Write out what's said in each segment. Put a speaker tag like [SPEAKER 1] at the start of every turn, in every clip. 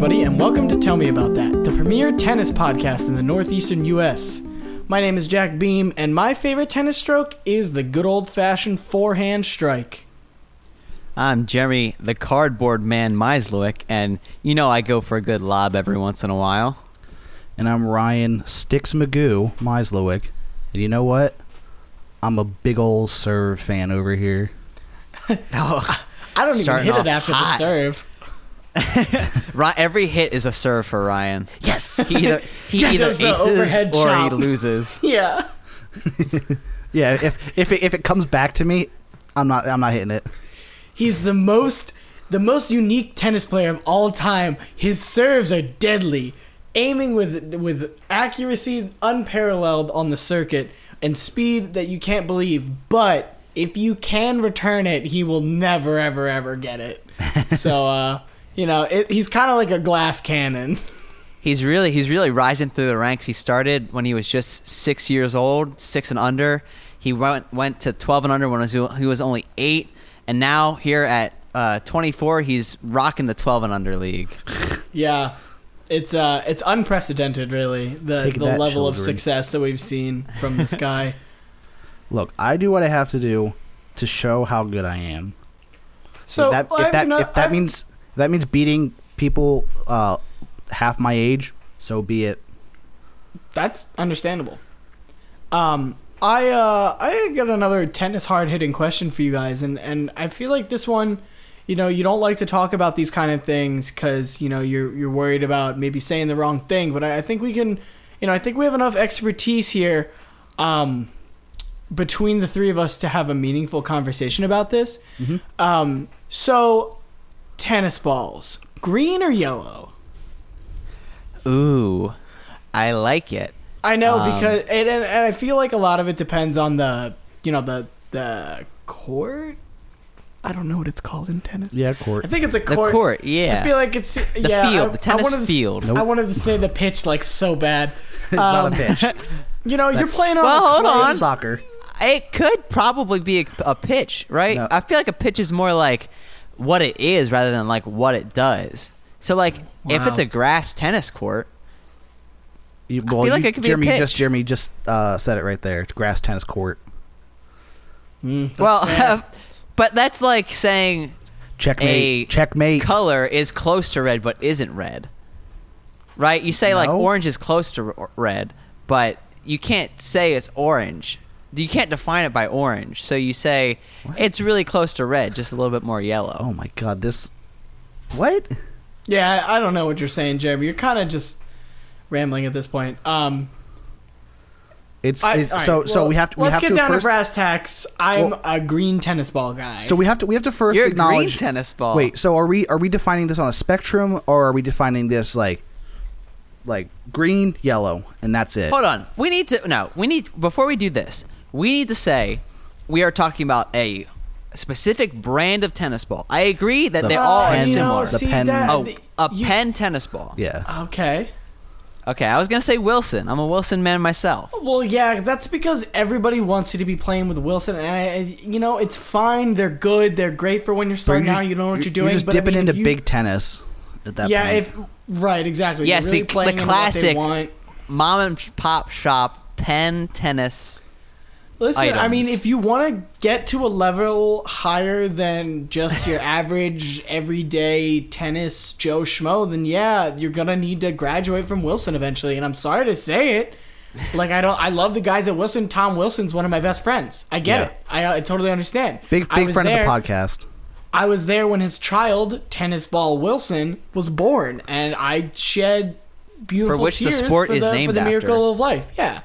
[SPEAKER 1] Welcome to Tell Me About That, the premier tennis podcast in the northeastern U.S. My name is Jack Beam, and my favorite tennis stroke is the good old fashioned forehand strike.
[SPEAKER 2] I'm Jeremy, the cardboard man Mislowick, and you know I go for a good lob every once in a while.
[SPEAKER 3] and I'm Ryan Sticks Magoo Mislowick. And you know what? I'm a big old serve fan over here.
[SPEAKER 2] Oh,
[SPEAKER 1] I don't
[SPEAKER 2] Starting
[SPEAKER 1] even hit it
[SPEAKER 2] off
[SPEAKER 1] after the
[SPEAKER 2] hot.
[SPEAKER 1] serve.
[SPEAKER 2] Ri- every hit is a serve for Ryan.
[SPEAKER 1] Yes!
[SPEAKER 2] He either he
[SPEAKER 1] Yes,
[SPEAKER 2] either
[SPEAKER 1] it's the
[SPEAKER 2] aces
[SPEAKER 1] overhead
[SPEAKER 2] or
[SPEAKER 1] chop.
[SPEAKER 2] he loses.
[SPEAKER 1] yeah.
[SPEAKER 3] Yeah, if if it, if it comes back to me, I'm not I'm not hitting it.
[SPEAKER 1] He's the most the most unique tennis player of all time. His serves are deadly, aiming with with accuracy unparalleled on the circuit and speed that you can't believe. But if you can return it, he will never ever ever get it. so uh, you know, it, he's kind of like a glass cannon.
[SPEAKER 2] He's really he's really rising through the ranks. He started when he was just six years old, six and under. He went went to twelve and under when he was, he was only eight, and now here at uh, 24, he's rocking the 12 and under league.
[SPEAKER 1] yeah. It's uh, it's unprecedented, really, the
[SPEAKER 3] Take
[SPEAKER 1] the
[SPEAKER 3] that,
[SPEAKER 1] level of
[SPEAKER 3] children.
[SPEAKER 1] success that we've seen from this guy.
[SPEAKER 3] Look, I do what I have to do to show how good I am.
[SPEAKER 1] So
[SPEAKER 3] if that,
[SPEAKER 1] I'm
[SPEAKER 3] if that,
[SPEAKER 1] gonna-
[SPEAKER 3] if that
[SPEAKER 1] I'm-
[SPEAKER 3] means if that means beating people uh, half my age, so be it.
[SPEAKER 1] That's understandable. Um, I uh, I got another tennis hard hitting question for you guys, and and I feel like this one, you know, you don't like to talk about these kind of things because you know you're you're worried about maybe saying the wrong thing, but I, I think we can, you know, I think we have enough expertise here, um, between the three of us to have a meaningful conversation about this. Um, so, tennis balls, green or yellow?
[SPEAKER 2] Ooh, I like it.
[SPEAKER 1] I know
[SPEAKER 2] Um,
[SPEAKER 1] because and, and, and I feel like a lot of it depends on the you know the the court. I don't know what it's called in tennis.
[SPEAKER 3] Yeah, court.
[SPEAKER 1] I think it's a
[SPEAKER 2] The
[SPEAKER 1] court.
[SPEAKER 2] court, yeah.
[SPEAKER 1] I feel like it's
[SPEAKER 2] The
[SPEAKER 1] yeah.
[SPEAKER 2] field,
[SPEAKER 1] I,
[SPEAKER 2] the tennis
[SPEAKER 1] I wanted to, s-
[SPEAKER 2] field.
[SPEAKER 1] I wanted to say the pitch like so bad.
[SPEAKER 3] It's not
[SPEAKER 1] Um,
[SPEAKER 3] a pitch.
[SPEAKER 1] You know, you're
[SPEAKER 3] That's-
[SPEAKER 1] playing on.
[SPEAKER 2] Well,
[SPEAKER 1] a
[SPEAKER 2] hold
[SPEAKER 1] clay-
[SPEAKER 2] on.
[SPEAKER 3] Soccer.
[SPEAKER 2] It could probably be a, a pitch, right?
[SPEAKER 3] No.
[SPEAKER 2] I feel like a pitch is more like what it is rather than like what it does. So like if
[SPEAKER 1] Wow.
[SPEAKER 2] it's a grass tennis court,
[SPEAKER 3] You, well,
[SPEAKER 2] feel like
[SPEAKER 3] you-
[SPEAKER 2] it could be a
[SPEAKER 3] Jeremy
[SPEAKER 2] pitch.
[SPEAKER 3] just Jeremy just uh, said it right there. Grass tennis court.
[SPEAKER 1] Mm, that's
[SPEAKER 2] well,
[SPEAKER 1] sad.
[SPEAKER 2] but that's like saying
[SPEAKER 3] Checkmate.
[SPEAKER 2] A
[SPEAKER 3] checkmate.
[SPEAKER 2] color is close to red but isn't red. Right? You say like
[SPEAKER 3] No.
[SPEAKER 2] orange is close to r- red, but you can't say it's orange. You can't define it by orange. So you say it's really close to red, just a little bit more yellow.
[SPEAKER 3] Oh my god, this. What?
[SPEAKER 1] yeah, I I don't know what you're saying, Jeremy. You're kind of just rambling at this point. Um,
[SPEAKER 3] It's,
[SPEAKER 1] I,
[SPEAKER 3] it's
[SPEAKER 1] all right,
[SPEAKER 3] so so
[SPEAKER 1] well,
[SPEAKER 3] we have to we
[SPEAKER 1] let's
[SPEAKER 3] have
[SPEAKER 1] get
[SPEAKER 3] to
[SPEAKER 1] down
[SPEAKER 3] first
[SPEAKER 1] to brass tacks. I'm
[SPEAKER 3] Well-
[SPEAKER 1] a green tennis ball guy.
[SPEAKER 3] so we have to we have to 1st
[SPEAKER 2] You're a
[SPEAKER 3] Oh,
[SPEAKER 2] green
[SPEAKER 3] acknowledge
[SPEAKER 2] tennis ball.
[SPEAKER 3] Wait, so are we are we defining this on a spectrum or are we defining this like like green, yellow, and that's it?
[SPEAKER 2] Hold on. We need to no. We need before we do this. We need to say we are talking about a specific brand of tennis ball. I agree that
[SPEAKER 3] The
[SPEAKER 2] they
[SPEAKER 1] Uh,
[SPEAKER 2] all are
[SPEAKER 3] pen-
[SPEAKER 2] similar.
[SPEAKER 3] The pen-
[SPEAKER 2] oh, a
[SPEAKER 1] you-
[SPEAKER 2] pen tennis ball.
[SPEAKER 3] Yeah.
[SPEAKER 1] Uh, Okay.
[SPEAKER 2] Okay, I was gonna say Wilson. I'm a Wilson man myself.
[SPEAKER 1] Well, yeah, that's because everybody wants you to be playing with Wilson, and I, I- you know it's fine. They're good. They're great for when you're
[SPEAKER 3] But
[SPEAKER 1] starting
[SPEAKER 3] just-
[SPEAKER 1] out. You know what you're doing.
[SPEAKER 3] You're just
[SPEAKER 1] but I
[SPEAKER 3] dipping
[SPEAKER 1] mean, if
[SPEAKER 3] into
[SPEAKER 1] you-
[SPEAKER 3] big tennis at that
[SPEAKER 1] Yeah,
[SPEAKER 3] point.
[SPEAKER 1] if right, exactly.
[SPEAKER 2] Yes,
[SPEAKER 1] you're really
[SPEAKER 2] the- the
[SPEAKER 1] playing in what they
[SPEAKER 2] classic-
[SPEAKER 1] want.
[SPEAKER 2] Mom and pop shop pen tennis.
[SPEAKER 1] Listen, I mean,
[SPEAKER 2] items.
[SPEAKER 1] if you want to get to a level higher than just your average everyday tennis Joe Schmo, then yeah, you're gonna need to graduate from Wilson eventually. And I'm sorry to say it, like I don't, I love the guys at Wilson. Tom Wilson's one of my best friends. I get
[SPEAKER 3] Yeah.
[SPEAKER 1] it. I, I totally understand.
[SPEAKER 3] big
[SPEAKER 1] I
[SPEAKER 3] big
[SPEAKER 1] was
[SPEAKER 3] friend
[SPEAKER 1] there-
[SPEAKER 3] of the podcast.
[SPEAKER 1] I was there when his child, Tennis Ball Wilson, was born, and I shed beautiful
[SPEAKER 2] For which the
[SPEAKER 1] tears
[SPEAKER 2] sport
[SPEAKER 1] for
[SPEAKER 2] is
[SPEAKER 1] the,
[SPEAKER 2] named
[SPEAKER 1] for the
[SPEAKER 2] after.
[SPEAKER 1] miracle of life. Yeah.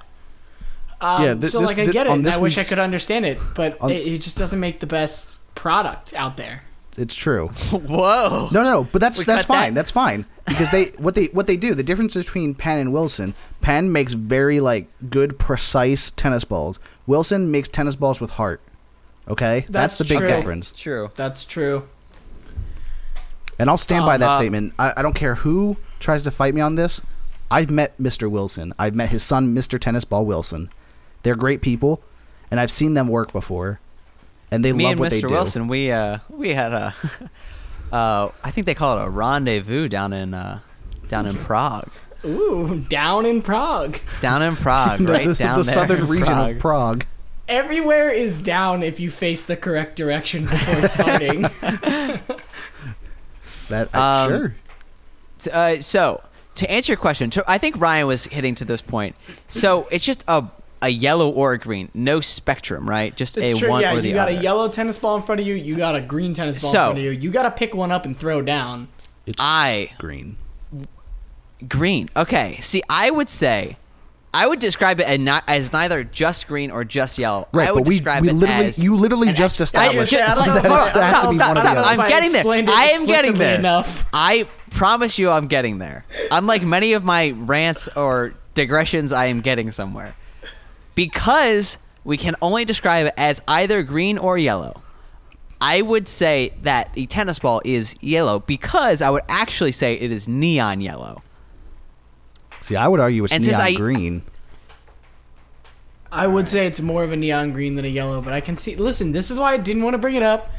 [SPEAKER 1] Um,
[SPEAKER 3] Yeah, thi-
[SPEAKER 1] so
[SPEAKER 3] this-
[SPEAKER 1] like I
[SPEAKER 3] thi-
[SPEAKER 1] get it,
[SPEAKER 3] on
[SPEAKER 1] and
[SPEAKER 3] this
[SPEAKER 1] I wish I
[SPEAKER 3] week's-
[SPEAKER 1] could understand it, but
[SPEAKER 3] on-
[SPEAKER 1] it, it just doesn't make the best product out there.
[SPEAKER 3] It's true.
[SPEAKER 2] Whoa.
[SPEAKER 3] No, no, no, but that's
[SPEAKER 2] We cut
[SPEAKER 3] that's
[SPEAKER 2] that.
[SPEAKER 3] fine. That's fine because they what they what they do. The difference between Penn and Wilson. Penn makes very like good, precise tennis balls. Wilson makes tennis balls with heart. Okay,
[SPEAKER 1] That's
[SPEAKER 3] that's, the big
[SPEAKER 1] true.
[SPEAKER 3] difference.
[SPEAKER 2] True.
[SPEAKER 1] That's true.
[SPEAKER 3] And I'll stand by
[SPEAKER 1] Um,
[SPEAKER 3] that
[SPEAKER 2] uh,
[SPEAKER 3] statement. I, I don't care who tries to fight me on this. I've met Mr. Wilson. I've met his son, Mr. Tennis Ball Wilson. They're great people, and I've seen them work before, and they
[SPEAKER 2] Me
[SPEAKER 3] love
[SPEAKER 2] and
[SPEAKER 3] what
[SPEAKER 2] Mr.
[SPEAKER 3] they do.
[SPEAKER 2] Wilson, we uh we had a uh I think they call it a rendezvous down in uh down in Prague.
[SPEAKER 1] Ooh, down in Prague.
[SPEAKER 2] Down in Prague, right
[SPEAKER 3] the,
[SPEAKER 2] down
[SPEAKER 3] the
[SPEAKER 2] there.
[SPEAKER 3] southern region
[SPEAKER 1] Prague.
[SPEAKER 3] of Prague.
[SPEAKER 1] Everywhere is down if you face the correct direction before starting.
[SPEAKER 3] That I,
[SPEAKER 2] Um,
[SPEAKER 3] sure.
[SPEAKER 2] Uh, so to answer your question, to, I think Ryan was hitting to this point. So it's just a a yellow or a green, no spectrum, right? Just
[SPEAKER 1] It's
[SPEAKER 2] a
[SPEAKER 1] true.
[SPEAKER 2] one
[SPEAKER 1] yeah,
[SPEAKER 2] or the
[SPEAKER 1] you got
[SPEAKER 2] other.
[SPEAKER 1] a yellow tennis ball in front of you. You got a green tennis ball
[SPEAKER 2] So-
[SPEAKER 1] in front of you. You got to pick one up and throw down.
[SPEAKER 2] I
[SPEAKER 3] Green.
[SPEAKER 2] green. Okay. See, I would say. I would describe it as, not, as neither just green or just yellow.
[SPEAKER 3] Right,
[SPEAKER 2] I would
[SPEAKER 3] but we,
[SPEAKER 2] describe
[SPEAKER 3] we
[SPEAKER 2] it
[SPEAKER 3] literally
[SPEAKER 2] as
[SPEAKER 3] you literally just established
[SPEAKER 2] ju-
[SPEAKER 1] Yeah, I don't
[SPEAKER 3] that
[SPEAKER 1] know
[SPEAKER 3] it
[SPEAKER 1] if I-
[SPEAKER 3] has to
[SPEAKER 1] stop,
[SPEAKER 3] be
[SPEAKER 1] stop,
[SPEAKER 3] one or
[SPEAKER 1] stop.
[SPEAKER 3] the other.
[SPEAKER 1] if I
[SPEAKER 2] I'm getting there.
[SPEAKER 1] explained it
[SPEAKER 2] I am getting
[SPEAKER 1] explicitly
[SPEAKER 2] there.
[SPEAKER 1] enough.
[SPEAKER 2] I promise you, I'm getting there. Unlike many of my rants or digressions, I am getting somewhere because we can only describe it as either green or yellow. I would say that the tennis ball is yellow because I would actually say it is neon yellow.
[SPEAKER 3] See, I would argue it's
[SPEAKER 2] And since
[SPEAKER 3] neon
[SPEAKER 2] I-
[SPEAKER 3] green.
[SPEAKER 1] I would say it's more of a neon green than a yellow, but I can see. Listen, this is why I didn't want to bring it up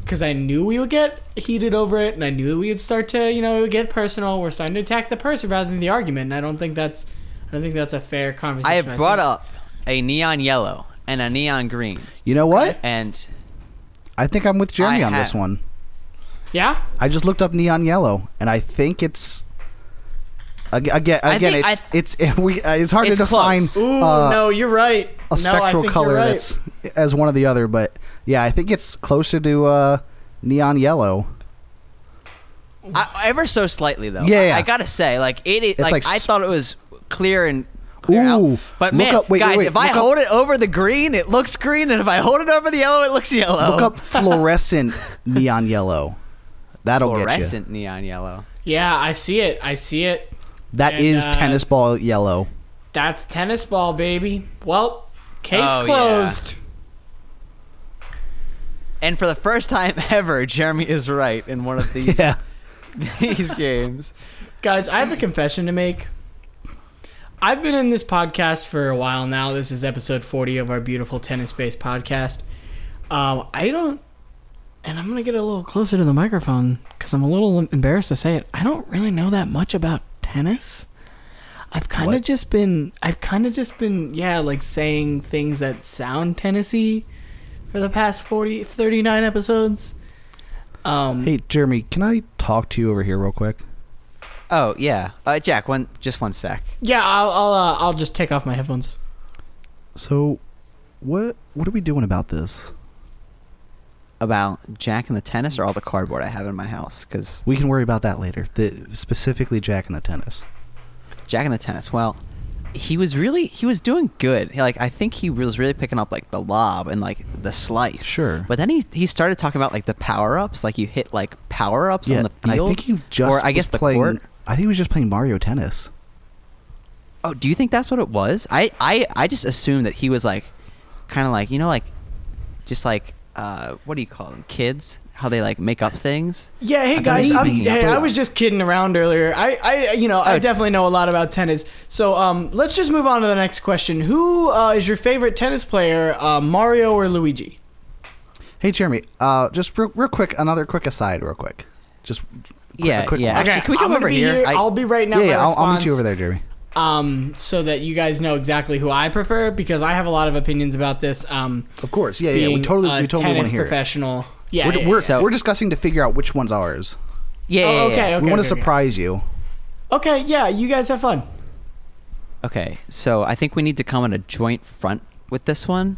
[SPEAKER 1] because I knew we would get heated over it, and I knew we would start to, you know, it would get personal. We're starting to attack the person rather than the argument, and I don't think that's, I don't think that's a fair conversation.
[SPEAKER 2] I have brought
[SPEAKER 1] think.
[SPEAKER 2] up a neon yellow and a neon green,
[SPEAKER 3] You know what?
[SPEAKER 2] and
[SPEAKER 3] I think I'm with Jeremy
[SPEAKER 2] I
[SPEAKER 3] on this
[SPEAKER 2] have-
[SPEAKER 3] one.
[SPEAKER 1] yeah.
[SPEAKER 3] I just looked up neon yellow, and I think it's ag- again.
[SPEAKER 2] I
[SPEAKER 3] Again,
[SPEAKER 2] think
[SPEAKER 3] it's, it's we. Uh, it's hard
[SPEAKER 2] It's
[SPEAKER 3] to define
[SPEAKER 2] close.
[SPEAKER 1] Ooh,
[SPEAKER 3] uh,
[SPEAKER 1] no, you're right. no,
[SPEAKER 3] a
[SPEAKER 1] I
[SPEAKER 3] spectral
[SPEAKER 1] think
[SPEAKER 3] color
[SPEAKER 1] you're right.
[SPEAKER 3] that's as one or the other. But yeah, I think it's closer to uh, neon yellow.
[SPEAKER 2] I, ever so slightly though.
[SPEAKER 3] Yeah,
[SPEAKER 2] I-
[SPEAKER 3] yeah.
[SPEAKER 2] I, gotta say, like it is. Like,
[SPEAKER 3] like
[SPEAKER 2] I
[SPEAKER 3] s-
[SPEAKER 2] thought it was clear and. Clear
[SPEAKER 3] Ooh,
[SPEAKER 2] out. But
[SPEAKER 3] look
[SPEAKER 2] man,
[SPEAKER 3] up- wait, wait,
[SPEAKER 2] guys,
[SPEAKER 3] wait,
[SPEAKER 2] if I
[SPEAKER 3] look up-
[SPEAKER 2] hold it over the green, it looks green, and if I hold it over the yellow, it looks yellow.
[SPEAKER 3] Look up fluorescent neon yellow. That'll get you.
[SPEAKER 2] fluorescent neon yellow.
[SPEAKER 1] Yeah, I see it. I see it.
[SPEAKER 3] That
[SPEAKER 1] and,
[SPEAKER 3] is
[SPEAKER 1] uh,
[SPEAKER 3] tennis ball yellow.
[SPEAKER 1] That's tennis ball, baby. Well, case
[SPEAKER 2] Oh, yeah.
[SPEAKER 1] closed.
[SPEAKER 2] And for the first time ever, Jeremy is right in one of these
[SPEAKER 3] Yeah.
[SPEAKER 2] these games.
[SPEAKER 1] Guys, I have
[SPEAKER 3] Hmm.
[SPEAKER 1] a confession to make. I've been in this podcast for a while now. This is episode 40 of our beautiful tennis based podcast. Um, I don't, and I'm going to get a little closer to the microphone because I'm a little embarrassed to say it. I don't really know that much about tennis. I've kind of
[SPEAKER 3] What?
[SPEAKER 1] just been, I've kind of just been, yeah, like saying things that sound Tennessee for the past 40, 39 episodes. Um,
[SPEAKER 3] Hey, Jeremy, can I talk to you over here real quick?
[SPEAKER 2] Oh yeah, uh, Jack. One, just one sec.
[SPEAKER 1] yeah, I'll, I'll, uh, I'll just take off my headphones.
[SPEAKER 3] So, what what are we doing about this?
[SPEAKER 2] About Jack and the tennis, or all the cardboard I have in my house, because
[SPEAKER 3] We can worry about that later. The, specifically, Jack and the tennis.
[SPEAKER 2] Jack and the tennis. Well, he was really he was doing good. He, Like I think he was really picking up like the lob and like the slice.
[SPEAKER 3] Sure.
[SPEAKER 2] But then he he started talking about like the power ups. Like you hit like power ups on the field.
[SPEAKER 3] and I think you just
[SPEAKER 2] or I
[SPEAKER 3] was
[SPEAKER 2] guess the
[SPEAKER 3] playing,
[SPEAKER 2] court.
[SPEAKER 3] I think he was just playing Mario Tennis.
[SPEAKER 2] Oh, do you think that's what it was? I I I just assumed that he was like, kind of like you know like, just like uh what do you call them kids? How they like make up things.
[SPEAKER 1] Yeah, hey
[SPEAKER 2] I
[SPEAKER 1] guys,
[SPEAKER 2] believe
[SPEAKER 1] I'm,
[SPEAKER 2] in you.
[SPEAKER 1] hey, I
[SPEAKER 2] Believe.
[SPEAKER 1] was just kidding around earlier. I, I you know, I
[SPEAKER 2] Oh.
[SPEAKER 1] definitely know a lot about tennis. So, um, let's just move on to the next question. Who uh, is your favorite tennis player, uh, Mario or Luigi?
[SPEAKER 3] Hey, Jeremy, uh, just real, real quick, another quick aside, real quick. Just quick-
[SPEAKER 2] yeah,
[SPEAKER 3] a quick
[SPEAKER 2] yeah.
[SPEAKER 3] one.
[SPEAKER 2] Actually, can we
[SPEAKER 1] I'm
[SPEAKER 2] come
[SPEAKER 1] gonna
[SPEAKER 2] over
[SPEAKER 1] be
[SPEAKER 2] here? I-
[SPEAKER 1] I'll be right now.
[SPEAKER 3] yeah,
[SPEAKER 1] my
[SPEAKER 3] yeah. I'll, I'll meet
[SPEAKER 1] response,
[SPEAKER 3] you over there, Jeremy.
[SPEAKER 1] Um, so that you guys know exactly who I prefer because I have a lot of opinions about this. Um,
[SPEAKER 3] Of course, yeah, yeah. We
[SPEAKER 1] being
[SPEAKER 3] totally,
[SPEAKER 1] a
[SPEAKER 3] we totally want
[SPEAKER 1] tennis
[SPEAKER 3] to hear. It.
[SPEAKER 1] professional. Yeah,
[SPEAKER 3] We're,
[SPEAKER 1] yeah,
[SPEAKER 3] we're,
[SPEAKER 1] yeah.
[SPEAKER 2] So-
[SPEAKER 3] we're discussing to figure out which one's ours.
[SPEAKER 2] yeah, yeah,
[SPEAKER 1] Oh,
[SPEAKER 2] yeah,
[SPEAKER 1] okay,
[SPEAKER 2] yeah.
[SPEAKER 1] okay.
[SPEAKER 3] we want to
[SPEAKER 1] okay, okay.
[SPEAKER 3] surprise you.
[SPEAKER 1] Okay, yeah, you guys have fun.
[SPEAKER 2] Okay, so I think we need to come on a joint front with this one.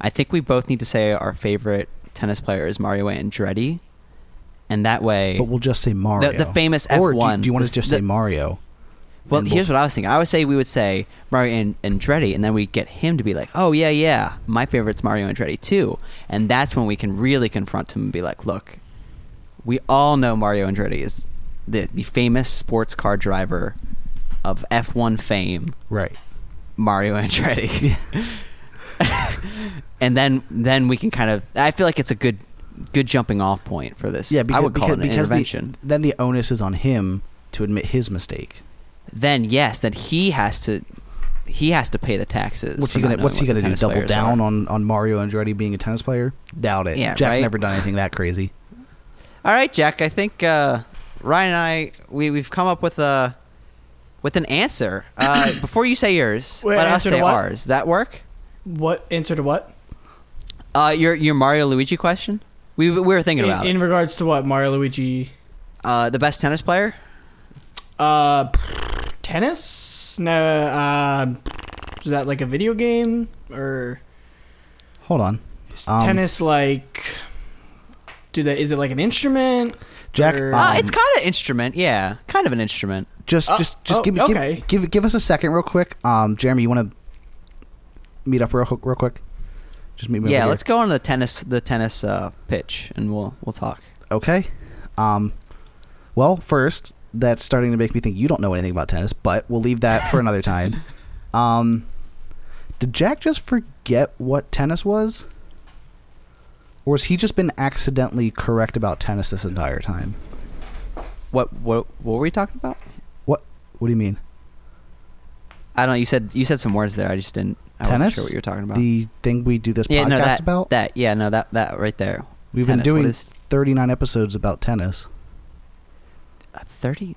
[SPEAKER 2] I think we both need to say our favorite tennis player is Mario Andretti, and that way.
[SPEAKER 3] But we'll just say Mario.
[SPEAKER 2] the famous
[SPEAKER 3] Or do-
[SPEAKER 2] F1.
[SPEAKER 3] Do, you want
[SPEAKER 2] This-
[SPEAKER 3] to just
[SPEAKER 2] the-
[SPEAKER 3] say Mario?
[SPEAKER 2] well,
[SPEAKER 3] and
[SPEAKER 2] here's what I was thinking. I would say we would say Mario and Andretti, and then we get him to be like, "Oh yeah, yeah, my favorite's Mario Andretti too," and that's when we can really confront him and be like, "Look, we all know Mario Andretti is the, the famous sports car driver of F1 fame."
[SPEAKER 3] Right.
[SPEAKER 2] Mario Andretti. and then then we can kind of I feel like it's a good good jumping off point for this.
[SPEAKER 3] Yeah, because,
[SPEAKER 2] I would call
[SPEAKER 3] because,
[SPEAKER 2] it an
[SPEAKER 3] because the-
[SPEAKER 2] intervention.
[SPEAKER 3] then the onus is on him to admit his mistake.
[SPEAKER 2] then yes, then he has to he has to pay the taxes.
[SPEAKER 3] What's
[SPEAKER 2] for
[SPEAKER 3] he
[SPEAKER 2] not
[SPEAKER 3] gonna
[SPEAKER 2] knowing
[SPEAKER 3] What's he
[SPEAKER 2] what the
[SPEAKER 3] gonna do?
[SPEAKER 2] tennis
[SPEAKER 3] Double
[SPEAKER 2] players
[SPEAKER 3] down
[SPEAKER 2] are.
[SPEAKER 3] on, on Mario Andretti being a tennis player? Doubt it.
[SPEAKER 2] Yeah,
[SPEAKER 3] Jack's
[SPEAKER 2] right?
[SPEAKER 3] never done anything that crazy.
[SPEAKER 2] All right, Jack, I think uh, Ryan and I we, we've come up with a with an answer. Uh, before you say yours,
[SPEAKER 1] Wait,
[SPEAKER 2] let us
[SPEAKER 1] answer to
[SPEAKER 2] say
[SPEAKER 1] what?
[SPEAKER 2] ours. Does that work?
[SPEAKER 1] What answer to what?
[SPEAKER 2] Uh, your your Mario Luigi question. We, we were thinking
[SPEAKER 1] In,
[SPEAKER 2] about it.
[SPEAKER 1] in regards to what Mario Luigi,
[SPEAKER 2] Uh, the best tennis player.
[SPEAKER 1] uh, tennis? No, uh, is that like a video game or
[SPEAKER 3] Hold on,
[SPEAKER 1] is
[SPEAKER 3] Um,
[SPEAKER 1] tennis like? Do that? Is it like an instrument?
[SPEAKER 3] Jack.
[SPEAKER 1] Or-
[SPEAKER 2] Uh,
[SPEAKER 3] um,
[SPEAKER 2] it's kind of an instrument. Yeah, kind of an instrument.
[SPEAKER 3] just
[SPEAKER 1] Uh,
[SPEAKER 3] just just
[SPEAKER 1] oh,
[SPEAKER 3] give, me
[SPEAKER 1] okay.
[SPEAKER 3] give give give us a second real quick. Um, Jeremy, you want to meet up real quick- real quick? Just meet me.
[SPEAKER 2] yeah,
[SPEAKER 3] over
[SPEAKER 2] let's go on the tennis the tennis uh, pitch and we'll we'll talk.
[SPEAKER 3] here. Okay. Um, well, first that's starting to make me think you don't know anything about tennis, but we'll leave that for another time. Um, did Jack just forget what tennis was? Or has he just been accidentally correct about tennis this entire time?
[SPEAKER 2] What what what were we talking about?
[SPEAKER 3] What What do you mean?
[SPEAKER 2] I don't know. You said you said some words there. I just didn't. I wasn't
[SPEAKER 3] Tennis?
[SPEAKER 2] sure what you were talking about.
[SPEAKER 3] The thing we do this
[SPEAKER 2] yeah,
[SPEAKER 3] podcast
[SPEAKER 2] no, that
[SPEAKER 3] about?
[SPEAKER 2] that yeah, no, that that right there.
[SPEAKER 3] We've
[SPEAKER 2] tennis,
[SPEAKER 3] been
[SPEAKER 2] what
[SPEAKER 3] doing
[SPEAKER 2] is-
[SPEAKER 3] 39 episodes about tennis.
[SPEAKER 2] Uh, Thirty,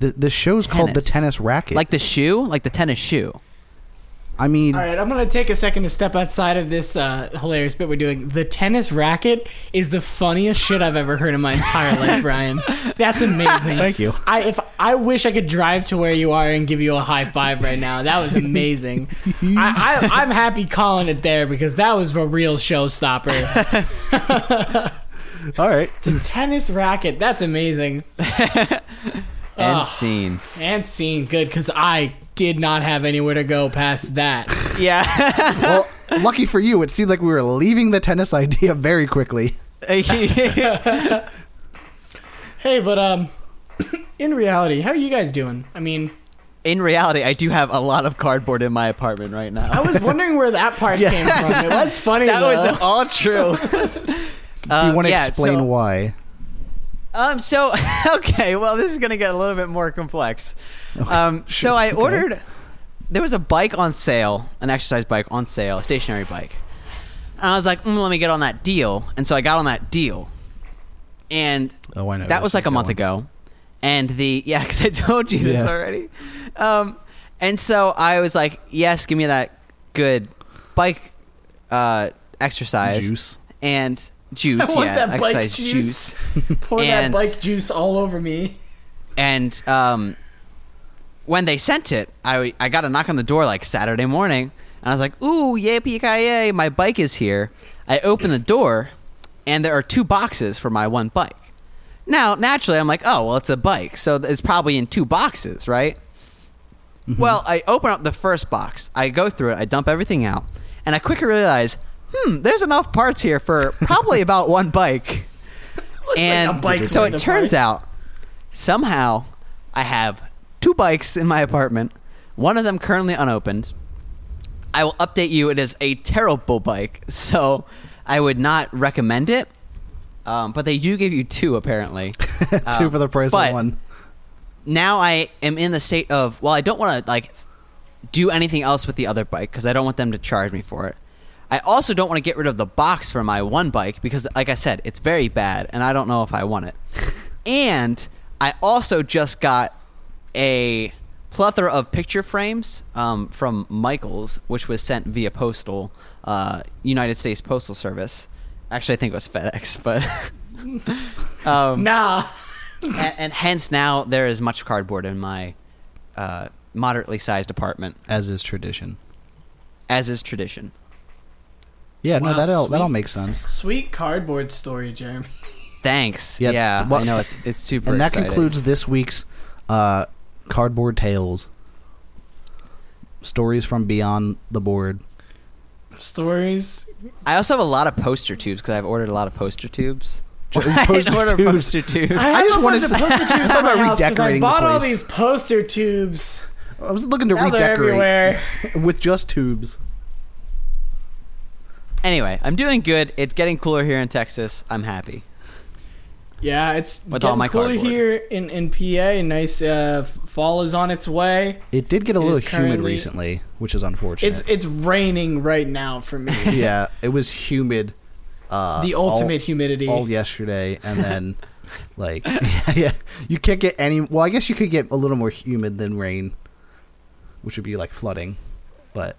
[SPEAKER 3] The, the show's called The
[SPEAKER 2] Tennis.
[SPEAKER 3] Tennis Racket.
[SPEAKER 2] like the shoe, like the tennis shoe.
[SPEAKER 3] I mean,
[SPEAKER 1] All right, I'm gonna take a second to step outside of this uh, hilarious bit we're doing. The tennis racket is the funniest shit I've ever heard in my entire life, Ryan. That's amazing.
[SPEAKER 3] Thank you.
[SPEAKER 1] I if I wish I could drive to where you are and give you a high five right now. That was amazing. I, I I'm happy calling it there because that was a real showstopper.
[SPEAKER 3] all right.
[SPEAKER 1] the tennis racket. That's amazing.
[SPEAKER 2] End
[SPEAKER 1] Ah.
[SPEAKER 2] scene.
[SPEAKER 1] And scene good because I did not have anywhere to go past that.
[SPEAKER 2] Yeah.
[SPEAKER 3] Well, lucky for you, it seemed like we were leaving the tennis idea very quickly.
[SPEAKER 1] Hey, but um, in reality, how are you guys doing? I mean.
[SPEAKER 2] in reality, I do have a lot of cardboard in my apartment right
[SPEAKER 1] I
[SPEAKER 2] now.
[SPEAKER 1] was wondering where that part came from. It was funny.
[SPEAKER 2] That
[SPEAKER 1] though.
[SPEAKER 2] was all true.
[SPEAKER 3] Do
[SPEAKER 2] Um,
[SPEAKER 3] you want to
[SPEAKER 2] yeah,
[SPEAKER 3] explain
[SPEAKER 2] so-
[SPEAKER 3] why?
[SPEAKER 2] Um. So okay. Well, this is gonna get a little bit more complex. Um. So I ordered. There was a bike on sale, an exercise bike on sale, a stationary bike, and I was like, mm, "Let me get on that deal." And so I got on that deal, and
[SPEAKER 3] Oh, I know.
[SPEAKER 2] that was like a month ago. And the yeah, because I told you this
[SPEAKER 3] Yeah.
[SPEAKER 2] already. Um, and so I was like, "Yes, give me that good bike uh, exercise
[SPEAKER 3] Juice.
[SPEAKER 2] and juice.
[SPEAKER 1] I want
[SPEAKER 2] yeah,
[SPEAKER 1] that
[SPEAKER 2] exercise
[SPEAKER 1] bike juice. Pour
[SPEAKER 2] And-
[SPEAKER 1] that bike juice all over me.
[SPEAKER 2] and um, when they sent it, I I got a knock on the door like Saturday morning, and I was like, "Ooh, yippee ki yay! My bike is here." I open the door, and there are two boxes for my one bike. Now, naturally, I'm like, "Oh, well, it's a bike, so it's probably in two boxes, right?"
[SPEAKER 1] Mm-hmm.
[SPEAKER 2] Well, I open up the first box. I go through it. I dump everything out, and I quickly realize, "Hmm, there's enough parts here for probably about one bike." and
[SPEAKER 1] a bike's
[SPEAKER 2] so
[SPEAKER 1] worth
[SPEAKER 2] it
[SPEAKER 1] of bikes.
[SPEAKER 2] turns out somehow I have two bikes in my apartment. One of them currently unopened. I will update you. It is a terrible bike, so I would not recommend it. Um, but they do give you two apparently.
[SPEAKER 3] Two
[SPEAKER 2] Um,
[SPEAKER 3] for the price
[SPEAKER 2] but
[SPEAKER 3] of one.
[SPEAKER 2] Now I am in the state of well, I don't want to like do anything else with the other bike because I don't want them to charge me for it. I also don't want to get rid of the box for my one bike because, like I said, it's very bad and I don't know if I want it. and I also just got a plethora of picture frames um, from Michaels, which was sent via postal, uh, United States Postal Service. Actually, I think it was FedEx, but. um,
[SPEAKER 1] Nah.
[SPEAKER 2] and, and hence now there is much cardboard in my uh, moderately sized apartment,
[SPEAKER 3] As is tradition.
[SPEAKER 2] as is tradition.
[SPEAKER 3] Yeah,
[SPEAKER 1] Wow,
[SPEAKER 3] no, that all
[SPEAKER 1] sweet.
[SPEAKER 3] that all makes sense.
[SPEAKER 1] Sweet cardboard story, Jeremy.
[SPEAKER 2] Thanks.
[SPEAKER 3] Yeah,
[SPEAKER 2] Yeah,
[SPEAKER 3] well-
[SPEAKER 2] I know it's it's super.
[SPEAKER 3] And that
[SPEAKER 2] exciting.
[SPEAKER 3] concludes this week's uh, cardboard tales. Stories from beyond the board.
[SPEAKER 1] Stories.
[SPEAKER 2] I also have a lot of poster tubes because I've ordered a lot of poster tubes.
[SPEAKER 3] Ju-
[SPEAKER 2] I didn't
[SPEAKER 3] poster
[SPEAKER 2] order
[SPEAKER 3] tubes.
[SPEAKER 2] poster tubes.
[SPEAKER 3] I just wanted
[SPEAKER 1] to
[SPEAKER 3] to-
[SPEAKER 1] poster tubes
[SPEAKER 3] How
[SPEAKER 1] on my
[SPEAKER 3] about
[SPEAKER 1] house 'cause I
[SPEAKER 3] redecorating the
[SPEAKER 1] bought all
[SPEAKER 3] place?
[SPEAKER 1] these poster tubes.
[SPEAKER 3] I was looking to
[SPEAKER 1] Now they're
[SPEAKER 3] redecorate
[SPEAKER 1] everywhere.
[SPEAKER 3] with just tubes.
[SPEAKER 2] anyway, I'm doing good. It's getting cooler here in Texas. I'm happy.
[SPEAKER 1] Yeah, it's
[SPEAKER 2] With
[SPEAKER 1] getting
[SPEAKER 2] all my
[SPEAKER 1] cooler
[SPEAKER 2] cardboard.
[SPEAKER 1] here in, in PA. Nice uh, f- fall is on its way.
[SPEAKER 3] It did get a
[SPEAKER 1] It is
[SPEAKER 3] little humid
[SPEAKER 1] currently-
[SPEAKER 3] recently, which is
[SPEAKER 1] It's
[SPEAKER 3] unfortunate.
[SPEAKER 1] it's raining right now for me.
[SPEAKER 3] yeah, it was humid. Uh,
[SPEAKER 1] The
[SPEAKER 3] all-
[SPEAKER 1] ultimate humidity.
[SPEAKER 3] all yesterday and then Like, yeah, yeah, you can't get any. Well, I guess you could get a little more humid than rain, which would be like flooding. But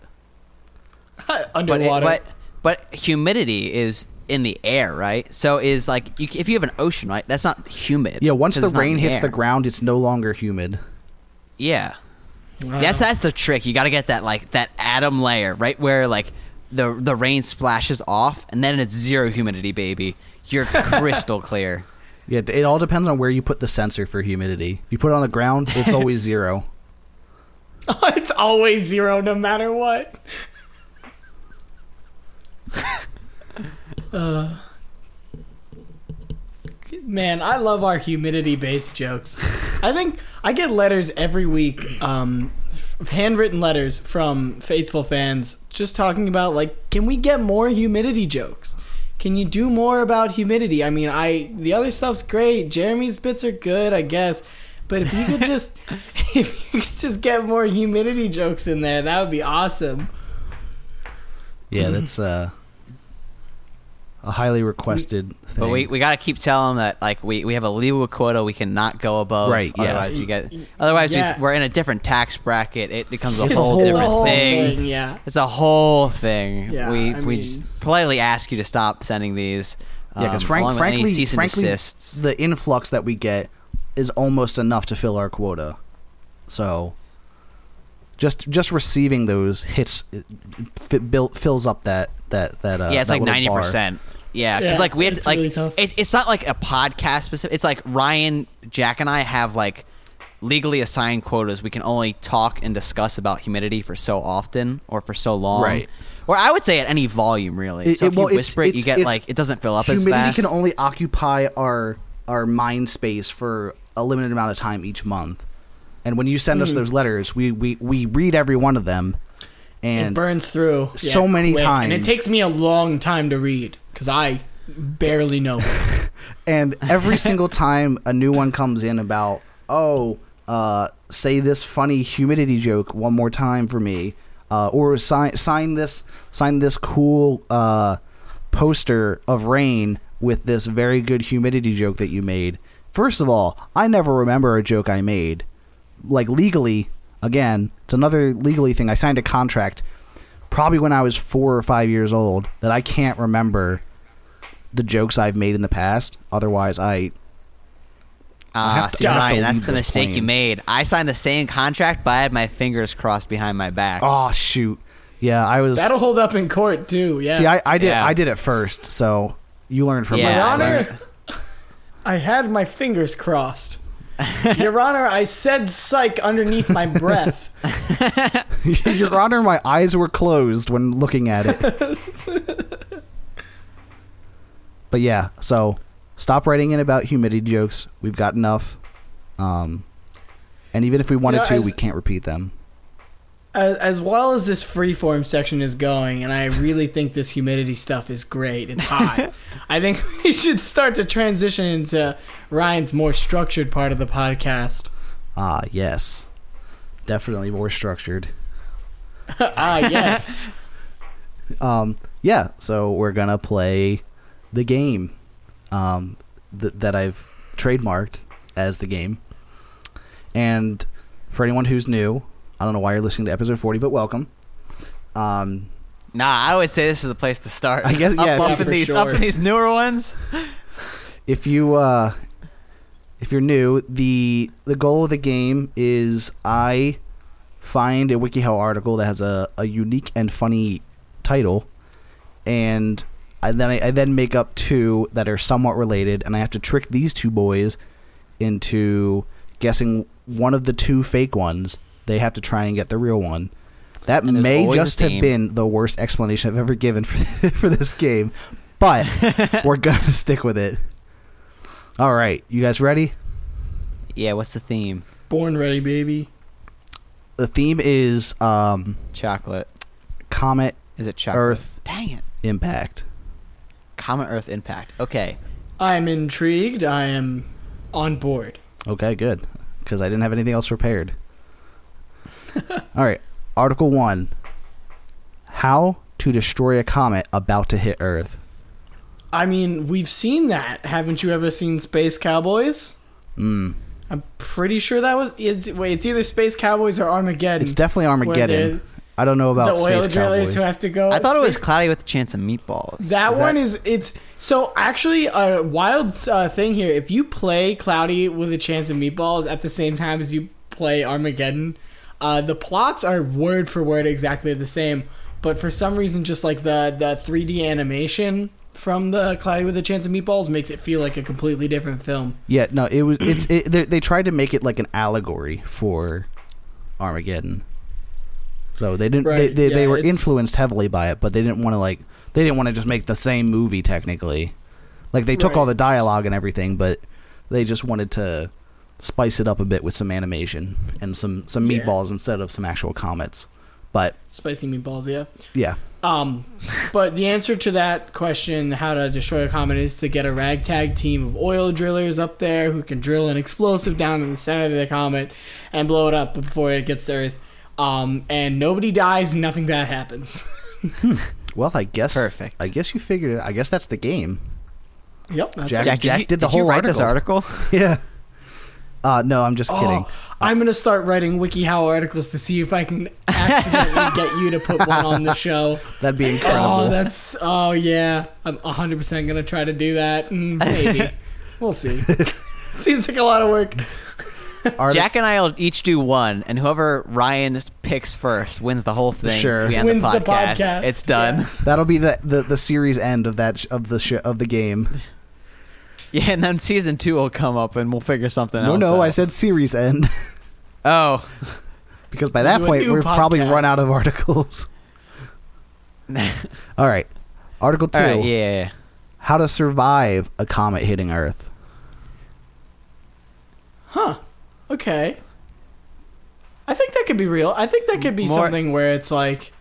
[SPEAKER 2] but, it,
[SPEAKER 1] Underwater.
[SPEAKER 2] but but humidity is in the air, right? So is like you, c- if you have an ocean, right? That's not humid.
[SPEAKER 3] yeah, once
[SPEAKER 2] 'cause
[SPEAKER 3] the
[SPEAKER 2] it's not in
[SPEAKER 3] rain hits
[SPEAKER 2] air.
[SPEAKER 3] the ground, it's no longer humid.
[SPEAKER 2] yeah,
[SPEAKER 1] Wow.
[SPEAKER 2] that's that's the trick. You got to get that like that atom layer right where like the the rain splashes off, and then it's zero humidity, baby. You're crystal clear.
[SPEAKER 3] Yeah, it all depends on where you put the sensor for humidity. If you put it on the ground, it's always zero.
[SPEAKER 1] it's always zero, no matter what. uh, man, I love our humidity-based jokes. I think I get letters every week, um, f- handwritten letters from faithful fans, just talking about like, can we get more humidity jokes? Can you do more about humidity? I mean, I the other stuff's great. Jeremy's bits are good, I guess. But if you could just if you could just get more humidity jokes in there, that would be awesome.
[SPEAKER 3] Yeah, that's uh, a highly requested thing.
[SPEAKER 2] But we, we got to keep telling them that like we, we have a legal quota we cannot go above.
[SPEAKER 3] Right, yeah.
[SPEAKER 2] Otherwise you get. Otherwise we s-
[SPEAKER 1] Yeah.
[SPEAKER 2] we're in a different tax bracket. It becomes a
[SPEAKER 3] It's a
[SPEAKER 2] whole
[SPEAKER 3] whole
[SPEAKER 2] different
[SPEAKER 3] whole
[SPEAKER 2] thing.
[SPEAKER 1] yeah.
[SPEAKER 2] It's a whole thing.
[SPEAKER 1] Yeah,
[SPEAKER 2] we
[SPEAKER 1] I
[SPEAKER 2] we
[SPEAKER 1] mean-
[SPEAKER 2] just politely ask you to stop sending these.
[SPEAKER 3] yeah, because
[SPEAKER 2] um,
[SPEAKER 3] frank,
[SPEAKER 2] along with any
[SPEAKER 3] frankly,
[SPEAKER 2] cease and
[SPEAKER 3] frankly,
[SPEAKER 2] desists.
[SPEAKER 3] the influx that we get is almost enough to fill our quota. So, just just receiving those hits it, it fill- fills up that that that uh,
[SPEAKER 2] yeah, it's
[SPEAKER 3] that
[SPEAKER 2] like
[SPEAKER 3] little
[SPEAKER 2] ninety
[SPEAKER 3] bar.
[SPEAKER 2] percent. Yeah, because
[SPEAKER 1] Yeah,
[SPEAKER 2] like we had
[SPEAKER 1] it's
[SPEAKER 2] like
[SPEAKER 1] really tough.
[SPEAKER 2] it, it's not like a podcast specific. It's like Ryan, Jack, and I have like legally assigned quotas. We can only talk and discuss about humidity for so often or for so long.
[SPEAKER 3] Right.
[SPEAKER 2] Or I would say at any volume, really.
[SPEAKER 3] It-
[SPEAKER 2] so
[SPEAKER 3] it-
[SPEAKER 2] if
[SPEAKER 3] well,
[SPEAKER 2] you
[SPEAKER 3] it's-
[SPEAKER 2] whisper it, you
[SPEAKER 3] it's-
[SPEAKER 2] get
[SPEAKER 3] it's-
[SPEAKER 2] like it doesn't fill up as
[SPEAKER 3] Humidity
[SPEAKER 2] fast.
[SPEAKER 3] can only occupy our our mind space for a limited amount of time each month. And when you send
[SPEAKER 2] Hmm.
[SPEAKER 3] us those letters, we, we, we read every one of them,
[SPEAKER 1] It
[SPEAKER 3] and
[SPEAKER 1] burns through
[SPEAKER 3] so
[SPEAKER 1] yeah,
[SPEAKER 3] many
[SPEAKER 1] quick. and it
[SPEAKER 3] times.
[SPEAKER 1] takes me a long time to read because I barely know. it.
[SPEAKER 3] and every single time a new one comes in about oh uh, say this funny humidity joke one more time for me uh, or sign sign this sign this cool uh, poster of rain with this very good humidity joke that you made first of all i never remember a joke i made like legally again it's another legally thing i signed a contract probably when i was four or five years old that i can't remember the jokes I've made in the past. Otherwise, I
[SPEAKER 2] Ah,
[SPEAKER 3] have to-
[SPEAKER 2] see,
[SPEAKER 1] I have to
[SPEAKER 2] Ryan, that's
[SPEAKER 3] leave
[SPEAKER 2] the
[SPEAKER 3] this
[SPEAKER 2] mistake you
[SPEAKER 3] plane.
[SPEAKER 2] made. I signed the same contract, but I had my fingers crossed behind my back.
[SPEAKER 3] oh shoot, yeah, I was.
[SPEAKER 1] That'll hold up in court too. Yeah.
[SPEAKER 3] see, I, I did
[SPEAKER 2] Yeah.
[SPEAKER 3] I did it first, so you learned from
[SPEAKER 1] Your
[SPEAKER 2] Yeah.
[SPEAKER 3] my
[SPEAKER 2] I
[SPEAKER 1] Honor,
[SPEAKER 3] mistakes.
[SPEAKER 2] learned.
[SPEAKER 1] I had my fingers crossed. Your Honor, I said "psych" underneath my breath.
[SPEAKER 3] Your Honor, my eyes were closed when looking at it. but yeah, so stop writing in about humidity jokes. We've got enough. Um, and even if we wanted
[SPEAKER 1] know,
[SPEAKER 3] to,
[SPEAKER 1] as-
[SPEAKER 3] we can't repeat them.
[SPEAKER 1] as, as well as this freeform section is going, and I really think this humidity stuff is great. It's hot. I think we should start to transition into Ryan's more structured part of the podcast.
[SPEAKER 3] Ah, yes, definitely more structured.
[SPEAKER 1] ah, yes.
[SPEAKER 3] um, yeah, so we're gonna play the game um, th- that I've trademarked as the game. And for anyone who's new, I don't know why you're listening to episode 40, but welcome. Um,
[SPEAKER 2] Nah, I would say this is the place to start.
[SPEAKER 3] I guess-
[SPEAKER 2] up,
[SPEAKER 3] yeah,
[SPEAKER 2] up
[SPEAKER 1] yeah,
[SPEAKER 2] in
[SPEAKER 1] for
[SPEAKER 2] these up
[SPEAKER 1] sure.
[SPEAKER 2] in these newer ones.
[SPEAKER 3] if you uh, if you're new, the the goal of the game is I find a WikiHow article that has a, a unique and funny title, and I then I, I then make up two that are somewhat related, and I have to trick these two boys into guessing one of the two fake ones. They have to try and get the real one. That
[SPEAKER 2] there's
[SPEAKER 3] may
[SPEAKER 2] always a
[SPEAKER 3] just have
[SPEAKER 2] theme.
[SPEAKER 3] been the worst explanation I've ever given for for this game, but we're gonna stick with it. All right, you guys ready?
[SPEAKER 2] Yeah, what's the theme?
[SPEAKER 1] Born ready, baby.
[SPEAKER 3] The theme is um,
[SPEAKER 2] Chocolate.
[SPEAKER 3] comet
[SPEAKER 2] Is it chocolate?
[SPEAKER 3] Earth.
[SPEAKER 2] Dang it.
[SPEAKER 3] impact.
[SPEAKER 2] Comet Earth impact. Okay.
[SPEAKER 1] I'm intrigued. I am on board.
[SPEAKER 3] Okay, good. Because I didn't have anything else prepared. All right. Article 1 How to Destroy a Comet About to Hit Earth.
[SPEAKER 1] I mean, we've seen that. Haven't you ever seen Space Cowboys?
[SPEAKER 3] Mm.
[SPEAKER 1] I'm pretty sure that was. It's, wait, it's either Space Cowboys or Armageddon.
[SPEAKER 3] It's definitely
[SPEAKER 1] the-
[SPEAKER 3] Armageddon. I don't know about
[SPEAKER 1] Mm. the oil
[SPEAKER 3] Space
[SPEAKER 1] drillers
[SPEAKER 3] Cowboys.
[SPEAKER 1] who have to go.
[SPEAKER 2] I thought it was
[SPEAKER 1] Oh, Space-
[SPEAKER 2] Cloudy with a Chance of Meatballs.
[SPEAKER 1] That
[SPEAKER 2] Is
[SPEAKER 1] one is it's so actually a wild uh, thing here. If you play Cloudy with a Chance of Meatballs at the same time as you play Armageddon, uh, the plots are word for word exactly the same. But for some reason, just like the the 3D animation from the Cloudy with a Chance of Meatballs makes it feel like a completely different film.
[SPEAKER 3] Yeah, no, it was. It's it, they, they tried to make it like an allegory for Armageddon. So they didn't.
[SPEAKER 1] Right,
[SPEAKER 3] they they,
[SPEAKER 1] yeah,
[SPEAKER 3] they were
[SPEAKER 1] it's-
[SPEAKER 3] influenced heavily by it, but they didn't want to like. They didn't want to just make the same movie technically. Like they took all
[SPEAKER 1] Right.
[SPEAKER 3] the dialogue and everything, but they just wanted to spice it up a bit with some animation and some some
[SPEAKER 1] Yeah.
[SPEAKER 3] meatballs instead of some actual comets. But
[SPEAKER 1] Spicy meatballs, yeah.
[SPEAKER 3] yeah,
[SPEAKER 1] Um, but the answer to that question, how to destroy a comet, is to get a ragtag team of oil drillers up there who can drill an explosive down in the center of the comet and blow it up before it gets to Earth. Um, and nobody dies, and nothing bad happens.
[SPEAKER 3] well, I guess
[SPEAKER 2] Perfect.
[SPEAKER 3] I guess you figured it. I guess that's the game.
[SPEAKER 1] yep, that's
[SPEAKER 3] Jack-
[SPEAKER 1] it.
[SPEAKER 2] Jack,
[SPEAKER 3] Jack
[SPEAKER 2] did, you,
[SPEAKER 3] did the
[SPEAKER 2] you
[SPEAKER 3] whole
[SPEAKER 2] write this article?
[SPEAKER 3] yeah. Uh, no, I'm just kidding.
[SPEAKER 1] Oh, I'm gonna start writing WikiHow articles to see if I can accidentally get you to put one on the show.
[SPEAKER 3] That'd be incredible.
[SPEAKER 1] Oh, that's oh yeah. I'm 100 percent gonna try to do that. Mm, Maybe we'll see. Seems like a lot of work.
[SPEAKER 3] Arti-
[SPEAKER 2] Jack and I will each do one, and whoever Ryan picks first wins the whole thing.
[SPEAKER 3] Sure.
[SPEAKER 2] We end
[SPEAKER 1] Wins the
[SPEAKER 2] the, podcast.
[SPEAKER 1] podcast,
[SPEAKER 2] It's done.
[SPEAKER 3] That'll be the, the, the series end of that sh- of the sh- of the game.
[SPEAKER 2] Yeah. and then season two will come up, and we'll figure something
[SPEAKER 3] No,
[SPEAKER 2] else.
[SPEAKER 3] no,
[SPEAKER 2] out.
[SPEAKER 3] I said series end
[SPEAKER 2] Oh,
[SPEAKER 3] because by that
[SPEAKER 1] Do a
[SPEAKER 3] point
[SPEAKER 1] new
[SPEAKER 3] we've probably
[SPEAKER 1] podcast.
[SPEAKER 3] run out of articles. All right, article two:
[SPEAKER 2] all right, yeah.
[SPEAKER 3] How to survive a comet hitting Earth.
[SPEAKER 1] Okay. I think that could be real. I think that could be
[SPEAKER 2] More-
[SPEAKER 1] something where it's like,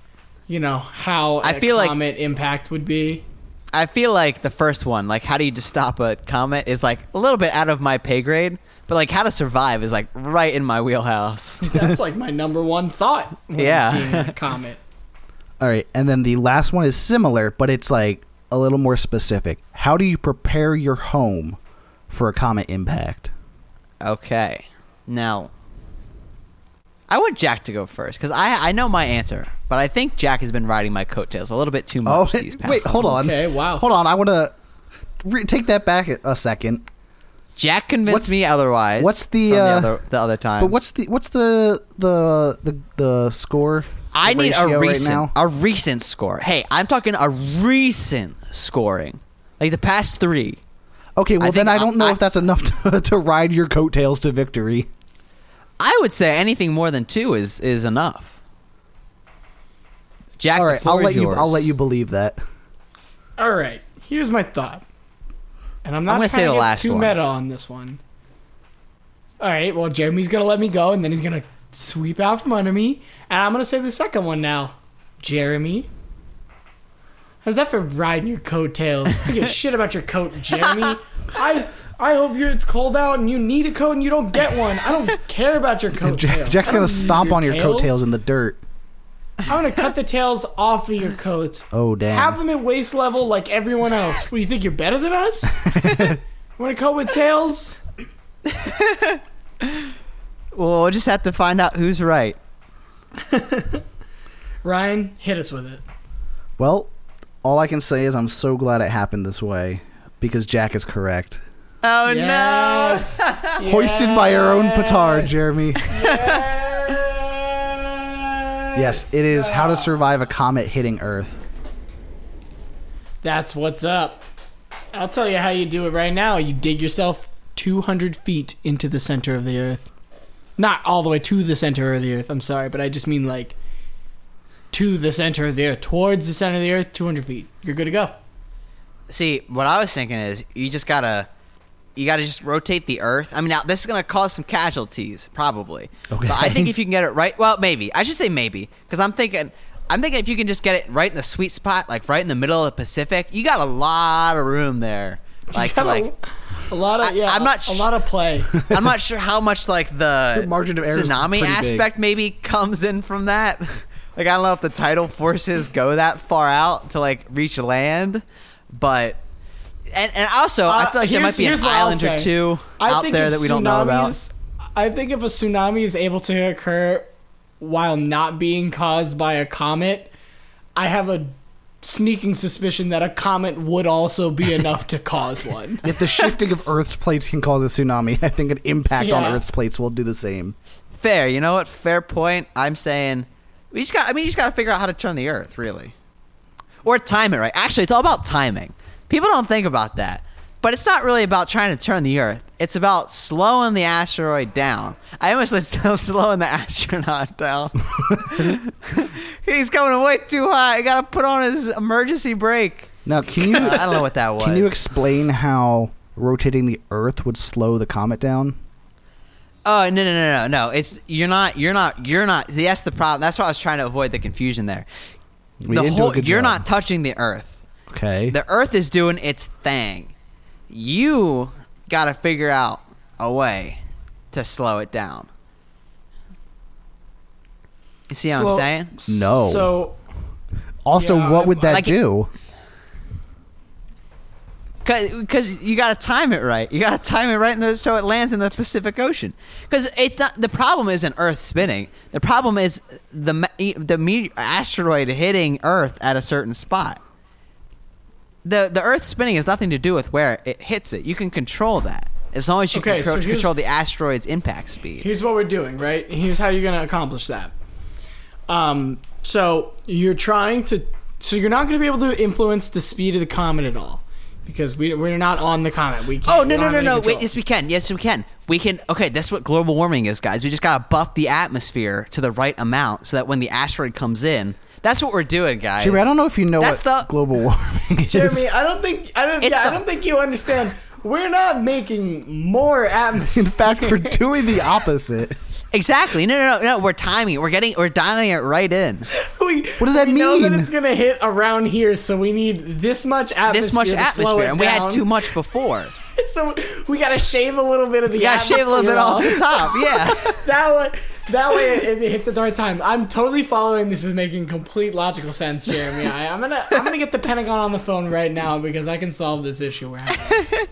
[SPEAKER 1] you know, how
[SPEAKER 2] I
[SPEAKER 1] a
[SPEAKER 2] feel like-
[SPEAKER 1] comet impact would be.
[SPEAKER 2] I feel like the first one, like how do you just stop a comet, is like a little bit out of my pay grade, but like how to survive is like right in my wheelhouse.
[SPEAKER 1] That's like my number one thought. When
[SPEAKER 2] Yeah.
[SPEAKER 1] Seeing a comet.
[SPEAKER 3] All right, and then the last one is similar, but it's like a little more specific. How do you prepare your home for a comet impact?
[SPEAKER 2] Okay. Now, I want Jack to go first because I I know my answer, but I think Jack has been riding my coattails a little bit too
[SPEAKER 3] Oh,
[SPEAKER 2] much. these past
[SPEAKER 3] wait, hold on.
[SPEAKER 1] Okay, wow.
[SPEAKER 3] Hold on, I want to re- take that back a- a second.
[SPEAKER 2] Jack convinced
[SPEAKER 3] What's-
[SPEAKER 2] me otherwise.
[SPEAKER 3] what's the,
[SPEAKER 2] from
[SPEAKER 3] uh,
[SPEAKER 2] the, other, the other time?
[SPEAKER 3] But what's the what's the the the, the score?
[SPEAKER 2] I
[SPEAKER 3] the
[SPEAKER 2] need
[SPEAKER 3] ratio
[SPEAKER 2] a
[SPEAKER 3] right
[SPEAKER 2] recent
[SPEAKER 3] now?
[SPEAKER 2] a recent score. Hey, I'm talking a recent scoring, like the past three.
[SPEAKER 3] Okay, well then
[SPEAKER 2] think
[SPEAKER 3] I don't
[SPEAKER 2] I-
[SPEAKER 3] know
[SPEAKER 2] I-
[SPEAKER 3] if that's enough to, to ride your coattails to victory.
[SPEAKER 2] I would say anything more than two is is enough. Jack,
[SPEAKER 3] All
[SPEAKER 2] the
[SPEAKER 3] right,
[SPEAKER 2] floor
[SPEAKER 3] I'll
[SPEAKER 2] is
[SPEAKER 3] let you.
[SPEAKER 2] yours.
[SPEAKER 3] I'll let you believe that.
[SPEAKER 1] All right. Here's my thought. And I'm not
[SPEAKER 2] I'm
[SPEAKER 1] going
[SPEAKER 2] gonna
[SPEAKER 1] to
[SPEAKER 2] say the
[SPEAKER 1] get
[SPEAKER 2] last
[SPEAKER 1] too
[SPEAKER 2] one.
[SPEAKER 1] meta on this one. All right. Well, Jeremy's going to let me go, and then he's going to sweep out from under me. And I'm going to say the second one now. Jeremy. How's that for riding your coattails? I don't give a shit about your coat, Jeremy. I I hope you're, it's cold out and you need a coat and you don't get one. I don't care about your coattails.
[SPEAKER 3] Jack, Jack's
[SPEAKER 1] I don't
[SPEAKER 3] gonna stomp
[SPEAKER 1] need
[SPEAKER 3] on your
[SPEAKER 1] tails.
[SPEAKER 3] coattails in the dirt.
[SPEAKER 1] I'm gonna cut the tails off of your coats.
[SPEAKER 3] Oh, damn.
[SPEAKER 1] Have them at waist level like everyone else. What, you think you're better than us? Want to cut with tails?
[SPEAKER 2] Well, we'll just have to find out who's right.
[SPEAKER 1] Ryan, hit us with it.
[SPEAKER 3] Well, all I can say is I'm so glad it happened this way because Jack is correct.
[SPEAKER 2] Oh
[SPEAKER 1] Yes.
[SPEAKER 3] Hoisted by your own petard,
[SPEAKER 1] Yes.
[SPEAKER 3] Jeremy. Yes, it is how to survive a comet hitting Earth.
[SPEAKER 1] That's what's up. I'll tell you how you do it right now. You dig yourself 200 feet into the center of the earth. Not all the way to the center of the earth, I'm sorry, but I just mean like to the center of the earth, towards the center of the earth, 200 feet. You're good to go.
[SPEAKER 2] no! See, what I was thinking is you just gotta you gotta just rotate the Earth. I mean, now this is gonna cause some casualties probably,
[SPEAKER 3] Okay.
[SPEAKER 2] but I think if you can get it right, well, maybe I should say maybe because I'm thinking. I'm thinking if you can just get it right in the sweet spot, like right in the middle of the Pacific, you got a lot of room there. Like, to, like
[SPEAKER 1] a lot of
[SPEAKER 2] I-
[SPEAKER 1] yeah,
[SPEAKER 2] I'm not
[SPEAKER 1] a
[SPEAKER 2] sh-
[SPEAKER 1] lot of play.
[SPEAKER 2] I'm not sure how much like the,
[SPEAKER 3] The margin of error is
[SPEAKER 2] tsunami
[SPEAKER 3] pretty big.
[SPEAKER 2] aspect maybe comes in from that. Like I don't know if the tidal forces go that far out to like reach land, but and, and also I
[SPEAKER 1] Uh,
[SPEAKER 2] feel like there
[SPEAKER 1] here's-
[SPEAKER 2] might be an
[SPEAKER 1] here's what I'll
[SPEAKER 2] island or
[SPEAKER 1] say.
[SPEAKER 2] two
[SPEAKER 1] I
[SPEAKER 2] out
[SPEAKER 1] think
[SPEAKER 2] there
[SPEAKER 1] if
[SPEAKER 2] that we don't know about.
[SPEAKER 1] tsunamis- I think if a tsunami is able to occur while not being caused by a comet, I have a sneaking suspicion that a comet would also be enough to cause one.
[SPEAKER 3] If the shifting of Earth's plates can cause a tsunami, I think an impact on
[SPEAKER 1] Yeah.
[SPEAKER 3] Earth's plates will do the same.
[SPEAKER 2] Fair, you know what? Fair point. I'm saying we just got. I mean, you just got to figure out how to turn the Earth, really, or time it right. Actually, it's all about timing. People don't think about that, but it's not really about trying to turn the Earth. It's about slowing the asteroid down. I almost said sl- slowing the astronaut down. He's going way too high. He got to put on his emergency brake.
[SPEAKER 3] Now, can you
[SPEAKER 2] Uh, I don't know what that was.
[SPEAKER 3] can you explain how rotating the Earth would slow the comet down?
[SPEAKER 2] Oh no no no no no! It's you're not you're not you're not. See, that's the problem. That's why I was trying to avoid the confusion there.
[SPEAKER 3] We
[SPEAKER 2] the
[SPEAKER 3] didn't do a
[SPEAKER 2] whole
[SPEAKER 3] good
[SPEAKER 2] you're
[SPEAKER 3] job.
[SPEAKER 2] not touching the Earth.
[SPEAKER 3] Okay.
[SPEAKER 2] The Earth is doing its thing. You got to figure out a way to slow it down. You see what
[SPEAKER 1] Slow-
[SPEAKER 2] I'm saying?
[SPEAKER 3] No.
[SPEAKER 1] So
[SPEAKER 3] also,
[SPEAKER 1] yeah,
[SPEAKER 3] what
[SPEAKER 1] I'm-
[SPEAKER 3] would that
[SPEAKER 2] Like-
[SPEAKER 3] do?
[SPEAKER 2] because you got to time it right. You got to time it right, in the, so it lands in the Pacific Ocean. Because it's not the problem isn't Earth spinning. The problem is the me- e, the meteor, asteroid hitting Earth at a certain spot. The the Earth spinning has nothing to do with where it hits it. You can control that as long as you
[SPEAKER 1] Okay,
[SPEAKER 2] can
[SPEAKER 1] so
[SPEAKER 2] control,
[SPEAKER 1] here's-
[SPEAKER 2] control the asteroid's impact speed.
[SPEAKER 1] here's what we're doing, right? Here's how you're going to accomplish that. Um, so you're trying to, so you're not going to be able to influence the speed of the comet at all because we we're not on the comet. We can't,
[SPEAKER 2] Oh
[SPEAKER 1] we
[SPEAKER 2] no
[SPEAKER 1] don't
[SPEAKER 2] no
[SPEAKER 1] have
[SPEAKER 2] no
[SPEAKER 1] any
[SPEAKER 2] no! Wait,
[SPEAKER 1] control.
[SPEAKER 2] yes we can. Yes we can. We can. Okay, that's what global warming is, guys. We just gotta buff the atmosphere to the right amount so that when the asteroid comes in, that's what we're doing, guys.
[SPEAKER 3] Jimmy, I don't know if you know
[SPEAKER 2] That's
[SPEAKER 3] what
[SPEAKER 2] the-
[SPEAKER 3] global warming is.
[SPEAKER 1] Jeremy, I don't think I don't.
[SPEAKER 2] It's
[SPEAKER 1] Yeah, I
[SPEAKER 2] the-
[SPEAKER 1] don't think you understand. We're not making more
[SPEAKER 3] In
[SPEAKER 1] atmosphere.
[SPEAKER 3] fact, we're doing the opposite.
[SPEAKER 2] Exactly. No, no, no, no. We're timing. it. We're getting. We're dialing it right in.
[SPEAKER 1] We,
[SPEAKER 3] What does that
[SPEAKER 1] we know that
[SPEAKER 3] mean?
[SPEAKER 1] it's gonna hit around here, so we need this much atmosphere.
[SPEAKER 2] This much
[SPEAKER 1] to slow
[SPEAKER 2] atmosphere,
[SPEAKER 1] it
[SPEAKER 2] and we had
[SPEAKER 1] down.
[SPEAKER 2] too much before.
[SPEAKER 1] So we gotta shave a little bit of the.
[SPEAKER 2] We gotta shave a little bit off the
[SPEAKER 1] atmosphere
[SPEAKER 2] top. Yeah.
[SPEAKER 1] That way, that way it, it hits at the right time. I'm totally following. This is making complete logical sense, Jeremy. I, I'm gonna I'm gonna get the Pentagon on the phone right now because I can solve this issue we're having.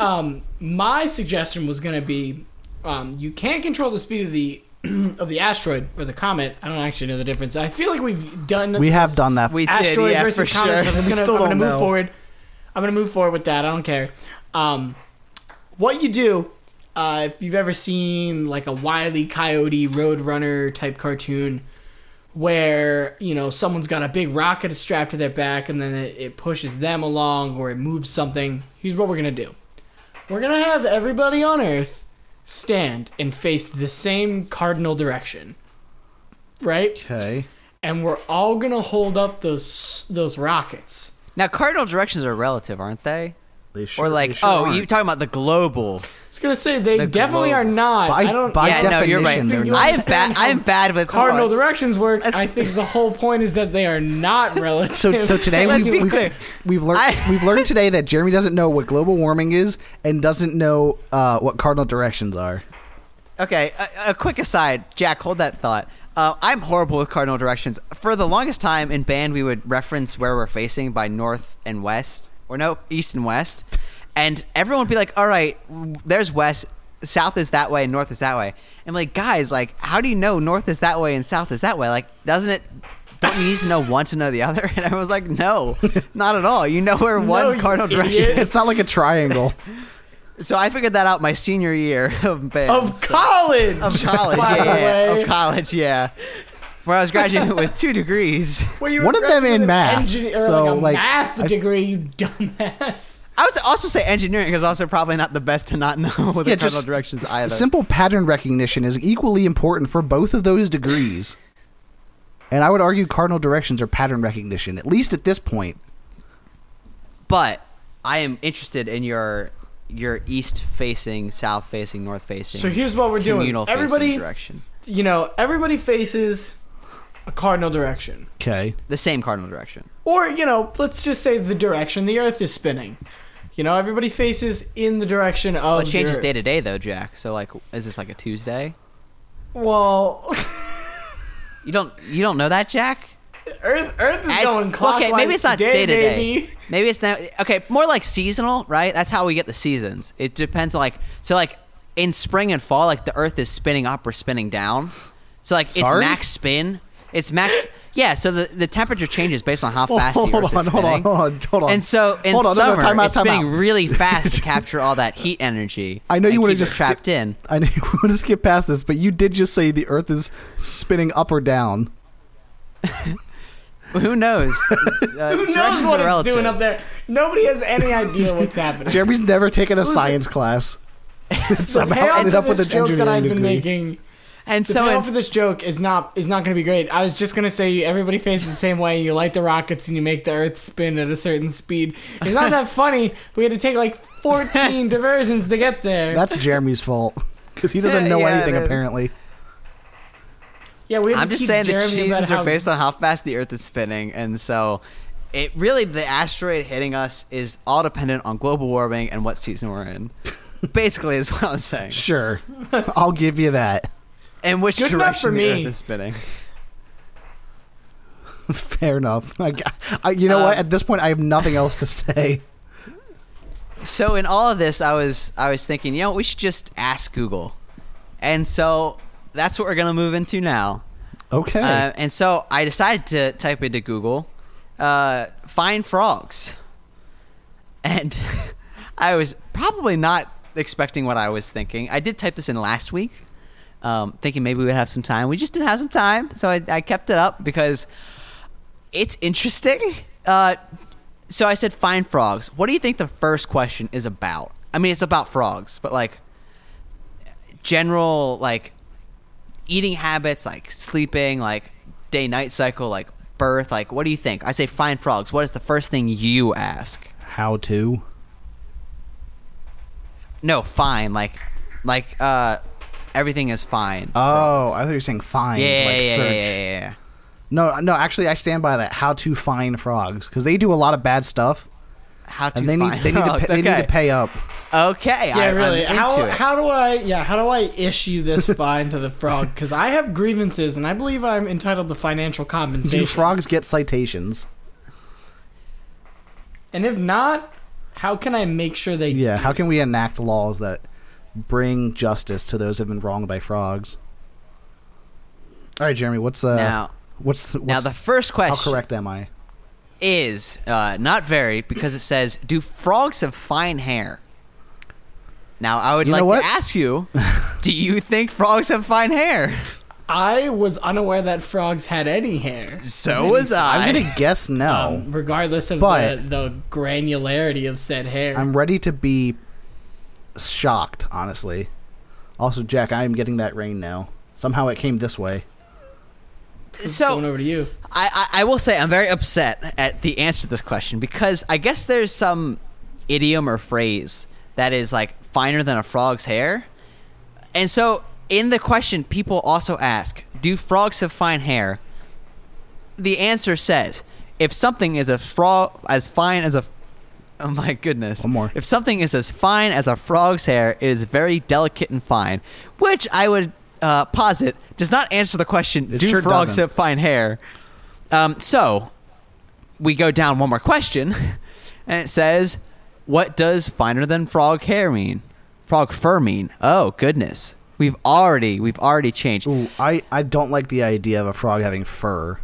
[SPEAKER 1] um, my suggestion was gonna be, um, you can't control the speed of the of the asteroid or the comet. I don't actually know the difference. I feel like we've done
[SPEAKER 3] We have done that.
[SPEAKER 2] We did.
[SPEAKER 1] asteroid
[SPEAKER 2] Yeah, for
[SPEAKER 1] versus comet.
[SPEAKER 2] sure.
[SPEAKER 1] So I'm just
[SPEAKER 3] We
[SPEAKER 1] gonna,
[SPEAKER 3] still
[SPEAKER 1] I'm gonna
[SPEAKER 3] don't
[SPEAKER 1] move
[SPEAKER 3] know.
[SPEAKER 1] forward. I'm gonna move forward with that. I don't care. Um, what you do, uh, if you've ever seen like a wily coyote roadrunner type cartoon, where you know someone's got a big rocket strapped to their back and then it, it pushes them along or it moves something. Here's what we're gonna do. We're gonna have everybody on Earth stand and face the same cardinal direction. Right?
[SPEAKER 3] okay.
[SPEAKER 1] and we're all gonna hold up those those rockets.
[SPEAKER 2] now cardinal directions are relative, aren't they?
[SPEAKER 3] They
[SPEAKER 2] or like, oh, you talking about the global?
[SPEAKER 1] I was gonna say they
[SPEAKER 2] The
[SPEAKER 1] definitely
[SPEAKER 2] globe.
[SPEAKER 1] are not.
[SPEAKER 3] By-
[SPEAKER 1] I don't.
[SPEAKER 3] by
[SPEAKER 1] yeah,
[SPEAKER 2] yeah, no, you're right.
[SPEAKER 3] definition, they're not.
[SPEAKER 2] I'm bad. I'm bad with
[SPEAKER 1] cardinal directions work.
[SPEAKER 2] That's-
[SPEAKER 1] I think the whole point is that they are not relative.
[SPEAKER 3] So, so today
[SPEAKER 2] Let's
[SPEAKER 3] we've,
[SPEAKER 2] be
[SPEAKER 3] we've,
[SPEAKER 2] clear.
[SPEAKER 3] we've learned
[SPEAKER 2] I-
[SPEAKER 3] we've learned today that Jeremy doesn't know what global warming is and doesn't know uh, what cardinal directions are.
[SPEAKER 2] Okay, a, a quick aside, Jack. Hold that thought. Uh, I'm horrible with cardinal directions. For the longest time in band, we would reference where we're facing by north and west, or no, east and west, and everyone would be like, "All right, w- there's west, south is that way, and north is that way." I'm like, guys, like, how do you know north is that way and south is that way? Like, doesn't it? Don't you need to know one to know the other? And I was like, no, not at all. You know where one
[SPEAKER 1] you
[SPEAKER 2] cardinal direction
[SPEAKER 1] idiot.
[SPEAKER 2] is.
[SPEAKER 3] It's not like a triangle.
[SPEAKER 2] So I figured that out my senior year of band.
[SPEAKER 1] of
[SPEAKER 2] so-
[SPEAKER 1] college.
[SPEAKER 2] of college,
[SPEAKER 1] by
[SPEAKER 2] yeah,
[SPEAKER 1] the
[SPEAKER 2] yeah,
[SPEAKER 1] way.
[SPEAKER 2] of college, yeah. Where I was graduating with two degrees.
[SPEAKER 1] Well, you
[SPEAKER 3] One of them
[SPEAKER 1] graduated
[SPEAKER 3] in
[SPEAKER 1] with an
[SPEAKER 3] math.
[SPEAKER 1] engineer- or
[SPEAKER 3] So,
[SPEAKER 1] like a
[SPEAKER 3] like,
[SPEAKER 1] math
[SPEAKER 3] I-
[SPEAKER 1] degree, you dumbass.
[SPEAKER 2] I would also say engineering is also probably not the best to not know what the
[SPEAKER 3] yeah,
[SPEAKER 2] cardinal
[SPEAKER 3] just
[SPEAKER 2] directions
[SPEAKER 3] s-
[SPEAKER 2] either.
[SPEAKER 3] simple pattern recognition is equally important for both of those degrees. And I would argue cardinal directions are pattern recognition, at least at this point.
[SPEAKER 2] but I am interested in your your east facing, south facing, north facing.
[SPEAKER 1] So here's what we're doing.
[SPEAKER 2] communal
[SPEAKER 1] Everybody,
[SPEAKER 2] facing direction.
[SPEAKER 1] you know, everybody faces a cardinal direction.
[SPEAKER 3] Okay.
[SPEAKER 2] The same cardinal direction.
[SPEAKER 1] or you know let's just say the direction the earth is spinning you know everybody faces in the direction of
[SPEAKER 2] Well, it changes
[SPEAKER 1] the Earth.
[SPEAKER 2] day to day though, Jack. So like, is this like a Tuesday?
[SPEAKER 1] well
[SPEAKER 2] You don't you don't know that, Jack?
[SPEAKER 1] Earth, Earth is
[SPEAKER 2] As-
[SPEAKER 1] going clockwise.
[SPEAKER 2] okay, maybe it's not
[SPEAKER 1] today,
[SPEAKER 2] day to day.
[SPEAKER 1] baby.
[SPEAKER 2] Maybe it's not okay. More like seasonal, right? That's how we get the seasons. It depends, like so, like in spring and fall, like the Earth is spinning up or spinning down. So like
[SPEAKER 3] Sorry?
[SPEAKER 2] it's max spin. It's max. Yeah. So the, the temperature changes based on how
[SPEAKER 3] Oh, Hold
[SPEAKER 2] fast the Earth
[SPEAKER 3] on,
[SPEAKER 2] is
[SPEAKER 3] hold
[SPEAKER 2] spinning.
[SPEAKER 3] on, hold on, hold on.
[SPEAKER 2] And so in
[SPEAKER 3] Hold on, no, no,
[SPEAKER 2] summer,
[SPEAKER 3] time out,
[SPEAKER 2] it's
[SPEAKER 3] time
[SPEAKER 2] spinning
[SPEAKER 3] out.
[SPEAKER 2] really fast to capture all that heat energy.
[SPEAKER 3] I know you
[SPEAKER 2] and
[SPEAKER 3] would have
[SPEAKER 2] keep it
[SPEAKER 3] just
[SPEAKER 2] trapped
[SPEAKER 3] skipped-
[SPEAKER 2] in.
[SPEAKER 3] I know you want to skip past this, but you did just say the Earth is spinning up or down.
[SPEAKER 2] Who knows? Uh,
[SPEAKER 1] Who knows
[SPEAKER 2] directions
[SPEAKER 1] what it's
[SPEAKER 2] are relative.
[SPEAKER 1] doing up there? Nobody has any idea what's happening.
[SPEAKER 3] Jeremy's never taken a science class.
[SPEAKER 1] So
[SPEAKER 3] somehow ended up with
[SPEAKER 1] this
[SPEAKER 3] an
[SPEAKER 1] joke that
[SPEAKER 3] engineering
[SPEAKER 1] I've been
[SPEAKER 3] degree.
[SPEAKER 1] making.
[SPEAKER 2] And
[SPEAKER 1] The
[SPEAKER 2] so in
[SPEAKER 1] payoff for this joke is not is not going to be great. I was just going to say everybody faces the same way. You light the rockets and you make the Earth spin at a certain speed. It's not that funny. We had to take like fourteen diversions to get there.
[SPEAKER 3] That's Jeremy's fault because he doesn't
[SPEAKER 2] Yeah,
[SPEAKER 3] know
[SPEAKER 2] yeah, it
[SPEAKER 3] anything
[SPEAKER 2] is.
[SPEAKER 3] apparently.
[SPEAKER 1] yeah, we. Had
[SPEAKER 2] I'm
[SPEAKER 1] to
[SPEAKER 2] just
[SPEAKER 1] teach
[SPEAKER 2] saying
[SPEAKER 1] Jeremy
[SPEAKER 2] the seasons
[SPEAKER 1] about
[SPEAKER 2] are
[SPEAKER 1] how-
[SPEAKER 2] based on how fast the Earth is spinning, and so it really the asteroid hitting us is all dependent on global warming and what season we're in. Basically, is what I'm saying,
[SPEAKER 3] Sure, I'll give you that.
[SPEAKER 2] and which
[SPEAKER 1] Good enough
[SPEAKER 2] direction
[SPEAKER 1] for
[SPEAKER 2] the
[SPEAKER 1] me.
[SPEAKER 2] Earth is spinning.
[SPEAKER 3] Fair enough. I, I, you
[SPEAKER 1] Uh,
[SPEAKER 3] know what?
[SPEAKER 2] Um,
[SPEAKER 3] At this point, I have nothing else to say.
[SPEAKER 2] So in all of this, I was I was thinking, you know, we should just ask Google, and so that's what we're gonna move into now.
[SPEAKER 3] Okay.
[SPEAKER 2] Uh, and so I decided to type into Google, uh, find frogs. And I was probably not expecting what I was thinking. I did type this in last week, um, thinking maybe we'd have some time. We just didn't have some time, so I, I kept it up because it's interesting. Uh, so I said, find frogs. What do you think the first question is about? I mean, it's about frogs, but like general, like eating habits, like sleeping, like day night cycle, like birth, like what do you think? I say find frogs. What is the first thing you ask?
[SPEAKER 3] How to?
[SPEAKER 2] No, fine, like like uh everything is fine.
[SPEAKER 3] Oh, I thought you were saying
[SPEAKER 2] yeah,
[SPEAKER 3] find.
[SPEAKER 2] yeah,
[SPEAKER 3] like
[SPEAKER 2] yeah, yeah,
[SPEAKER 3] search.
[SPEAKER 2] yeah, yeah.
[SPEAKER 3] No, no. Actually, I stand by that. How to find frogs because they do a lot of bad stuff,
[SPEAKER 2] How to
[SPEAKER 3] and they
[SPEAKER 2] find
[SPEAKER 3] need they need, to
[SPEAKER 2] frogs?
[SPEAKER 3] pay, they
[SPEAKER 2] okay.
[SPEAKER 3] need to pay up.
[SPEAKER 2] Okay,
[SPEAKER 1] Yeah,
[SPEAKER 2] I,
[SPEAKER 1] really.
[SPEAKER 2] I'm
[SPEAKER 1] How
[SPEAKER 2] into it.
[SPEAKER 1] how do I yeah how do I issue this fine to the frog? Because I have grievances and I believe I'm entitled to financial compensation.
[SPEAKER 3] Do frogs get citations?
[SPEAKER 1] and if not, how can I make sure they?
[SPEAKER 3] Yeah. How can we enact laws that bring justice to those who've been wronged by frogs? All right, Jeremy. What's uh?
[SPEAKER 2] now,
[SPEAKER 3] what's,
[SPEAKER 2] now
[SPEAKER 3] what's
[SPEAKER 2] the first question.
[SPEAKER 3] how correct am I?
[SPEAKER 2] is uh, not very because it says, "Do frogs have fine hair?" Now, I would
[SPEAKER 3] You know
[SPEAKER 2] like
[SPEAKER 3] what?
[SPEAKER 2] to ask you, do you think frogs have fine hair?
[SPEAKER 1] I was unaware that frogs had any hair.
[SPEAKER 2] So was I.
[SPEAKER 3] I'm gonna guess no.
[SPEAKER 1] Um, regardless of
[SPEAKER 3] But-
[SPEAKER 1] the, the granularity of said hair.
[SPEAKER 3] I'm ready to be shocked, honestly. Also, Jack, I am getting that rain now. Somehow it came this way.
[SPEAKER 1] going
[SPEAKER 2] so
[SPEAKER 1] over to you.
[SPEAKER 2] I, I, I will say I'm very upset at the answer to this question because I guess there's some idiom or phrase that is like finer than a frog's hair, and so in the question, people also ask, "Do frogs have fine hair?" the answer says if something is a frog as fine as a oh my goodness
[SPEAKER 3] One more.
[SPEAKER 2] if something is as fine as a frog's hair it is very delicate and fine which i would uh, posit does not answer the question
[SPEAKER 3] It
[SPEAKER 2] do
[SPEAKER 3] sure
[SPEAKER 2] frogs
[SPEAKER 3] doesn't.
[SPEAKER 2] have fine hair um, so we go down one more question and it says what does finer than frog hair mean frog fur mean oh goodness we've already we've already changed
[SPEAKER 3] Ooh, I, I don't like the idea of a frog having fur.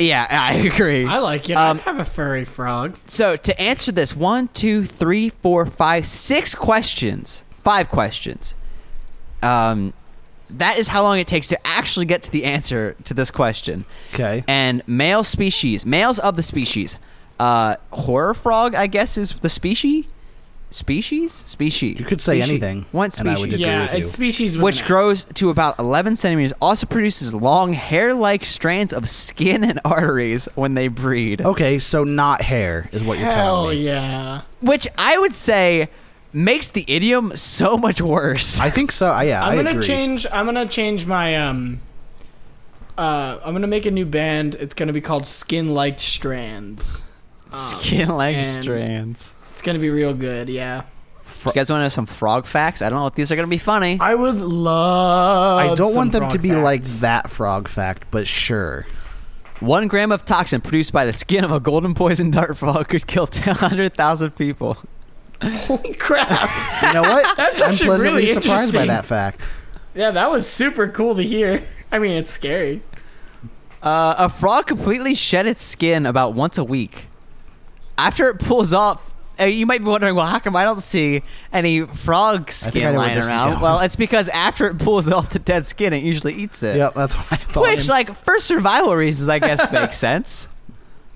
[SPEAKER 2] yeah i
[SPEAKER 3] Oh.
[SPEAKER 2] agree
[SPEAKER 1] I like it.
[SPEAKER 2] Um,
[SPEAKER 1] I have a furry frog.
[SPEAKER 2] So to answer this, one, two, three, four, five, six questions, five questions. Um, that is how long it takes to actually get to the answer to this question.
[SPEAKER 3] Okay.
[SPEAKER 2] And male species, males of the species, uh, horror frog, I guess, is the species. Species, species.
[SPEAKER 3] You could say
[SPEAKER 2] Species.
[SPEAKER 3] anything,
[SPEAKER 2] One
[SPEAKER 3] and I would
[SPEAKER 2] species
[SPEAKER 3] agree
[SPEAKER 1] Yeah,
[SPEAKER 3] with you.
[SPEAKER 1] it's species with
[SPEAKER 2] which
[SPEAKER 1] an
[SPEAKER 2] grows to about 11 centimeters, also produces long hair-like strands of skin and arteries when they breed.
[SPEAKER 3] Okay, so not hair is what
[SPEAKER 1] S.
[SPEAKER 3] you're telling
[SPEAKER 1] Hell
[SPEAKER 3] me.
[SPEAKER 1] yeah.
[SPEAKER 2] which I would say makes the idiom so much worse.
[SPEAKER 3] I think so. I- Yeah,
[SPEAKER 1] I'm
[SPEAKER 3] I
[SPEAKER 1] gonna
[SPEAKER 3] agree.
[SPEAKER 1] change. I'm gonna change my um. Uh, I'm gonna make a new band. It's gonna be called Skin Like Strands. Um,
[SPEAKER 2] Skin like
[SPEAKER 1] and-
[SPEAKER 2] strands.
[SPEAKER 1] It's gonna be real good. Yeah.
[SPEAKER 2] Do you guys want to know some frog facts? I don't know if these are going to be funny.
[SPEAKER 1] I would love.
[SPEAKER 3] I don't
[SPEAKER 1] some
[SPEAKER 3] want them to
[SPEAKER 1] frog
[SPEAKER 3] be like
[SPEAKER 1] facts.
[SPEAKER 3] that frog fact, but sure.
[SPEAKER 2] One gram of toxin produced by the skin of a golden poison dart frog could kill 100,000 people.
[SPEAKER 1] Holy crap!
[SPEAKER 3] You know what?
[SPEAKER 1] That's
[SPEAKER 3] I'm
[SPEAKER 1] actually
[SPEAKER 3] pleasantly
[SPEAKER 1] really
[SPEAKER 3] surprised by
[SPEAKER 1] interesting.
[SPEAKER 3] that fact.
[SPEAKER 1] yeah, that was super cool to hear. I mean, it's scary.
[SPEAKER 2] Uh, a frog completely shed its skin about once a week. After it pulls off, uh, you might be wondering, well, how come I don't see any frog
[SPEAKER 3] I know
[SPEAKER 2] skin
[SPEAKER 3] where
[SPEAKER 2] lying
[SPEAKER 3] this is
[SPEAKER 2] around?
[SPEAKER 3] going.
[SPEAKER 2] Well, it's because after it pulls off the dead skin, it usually eats it.
[SPEAKER 3] Yep, that's what I thought.
[SPEAKER 2] Which, like, for survival reasons, I guess makes sense.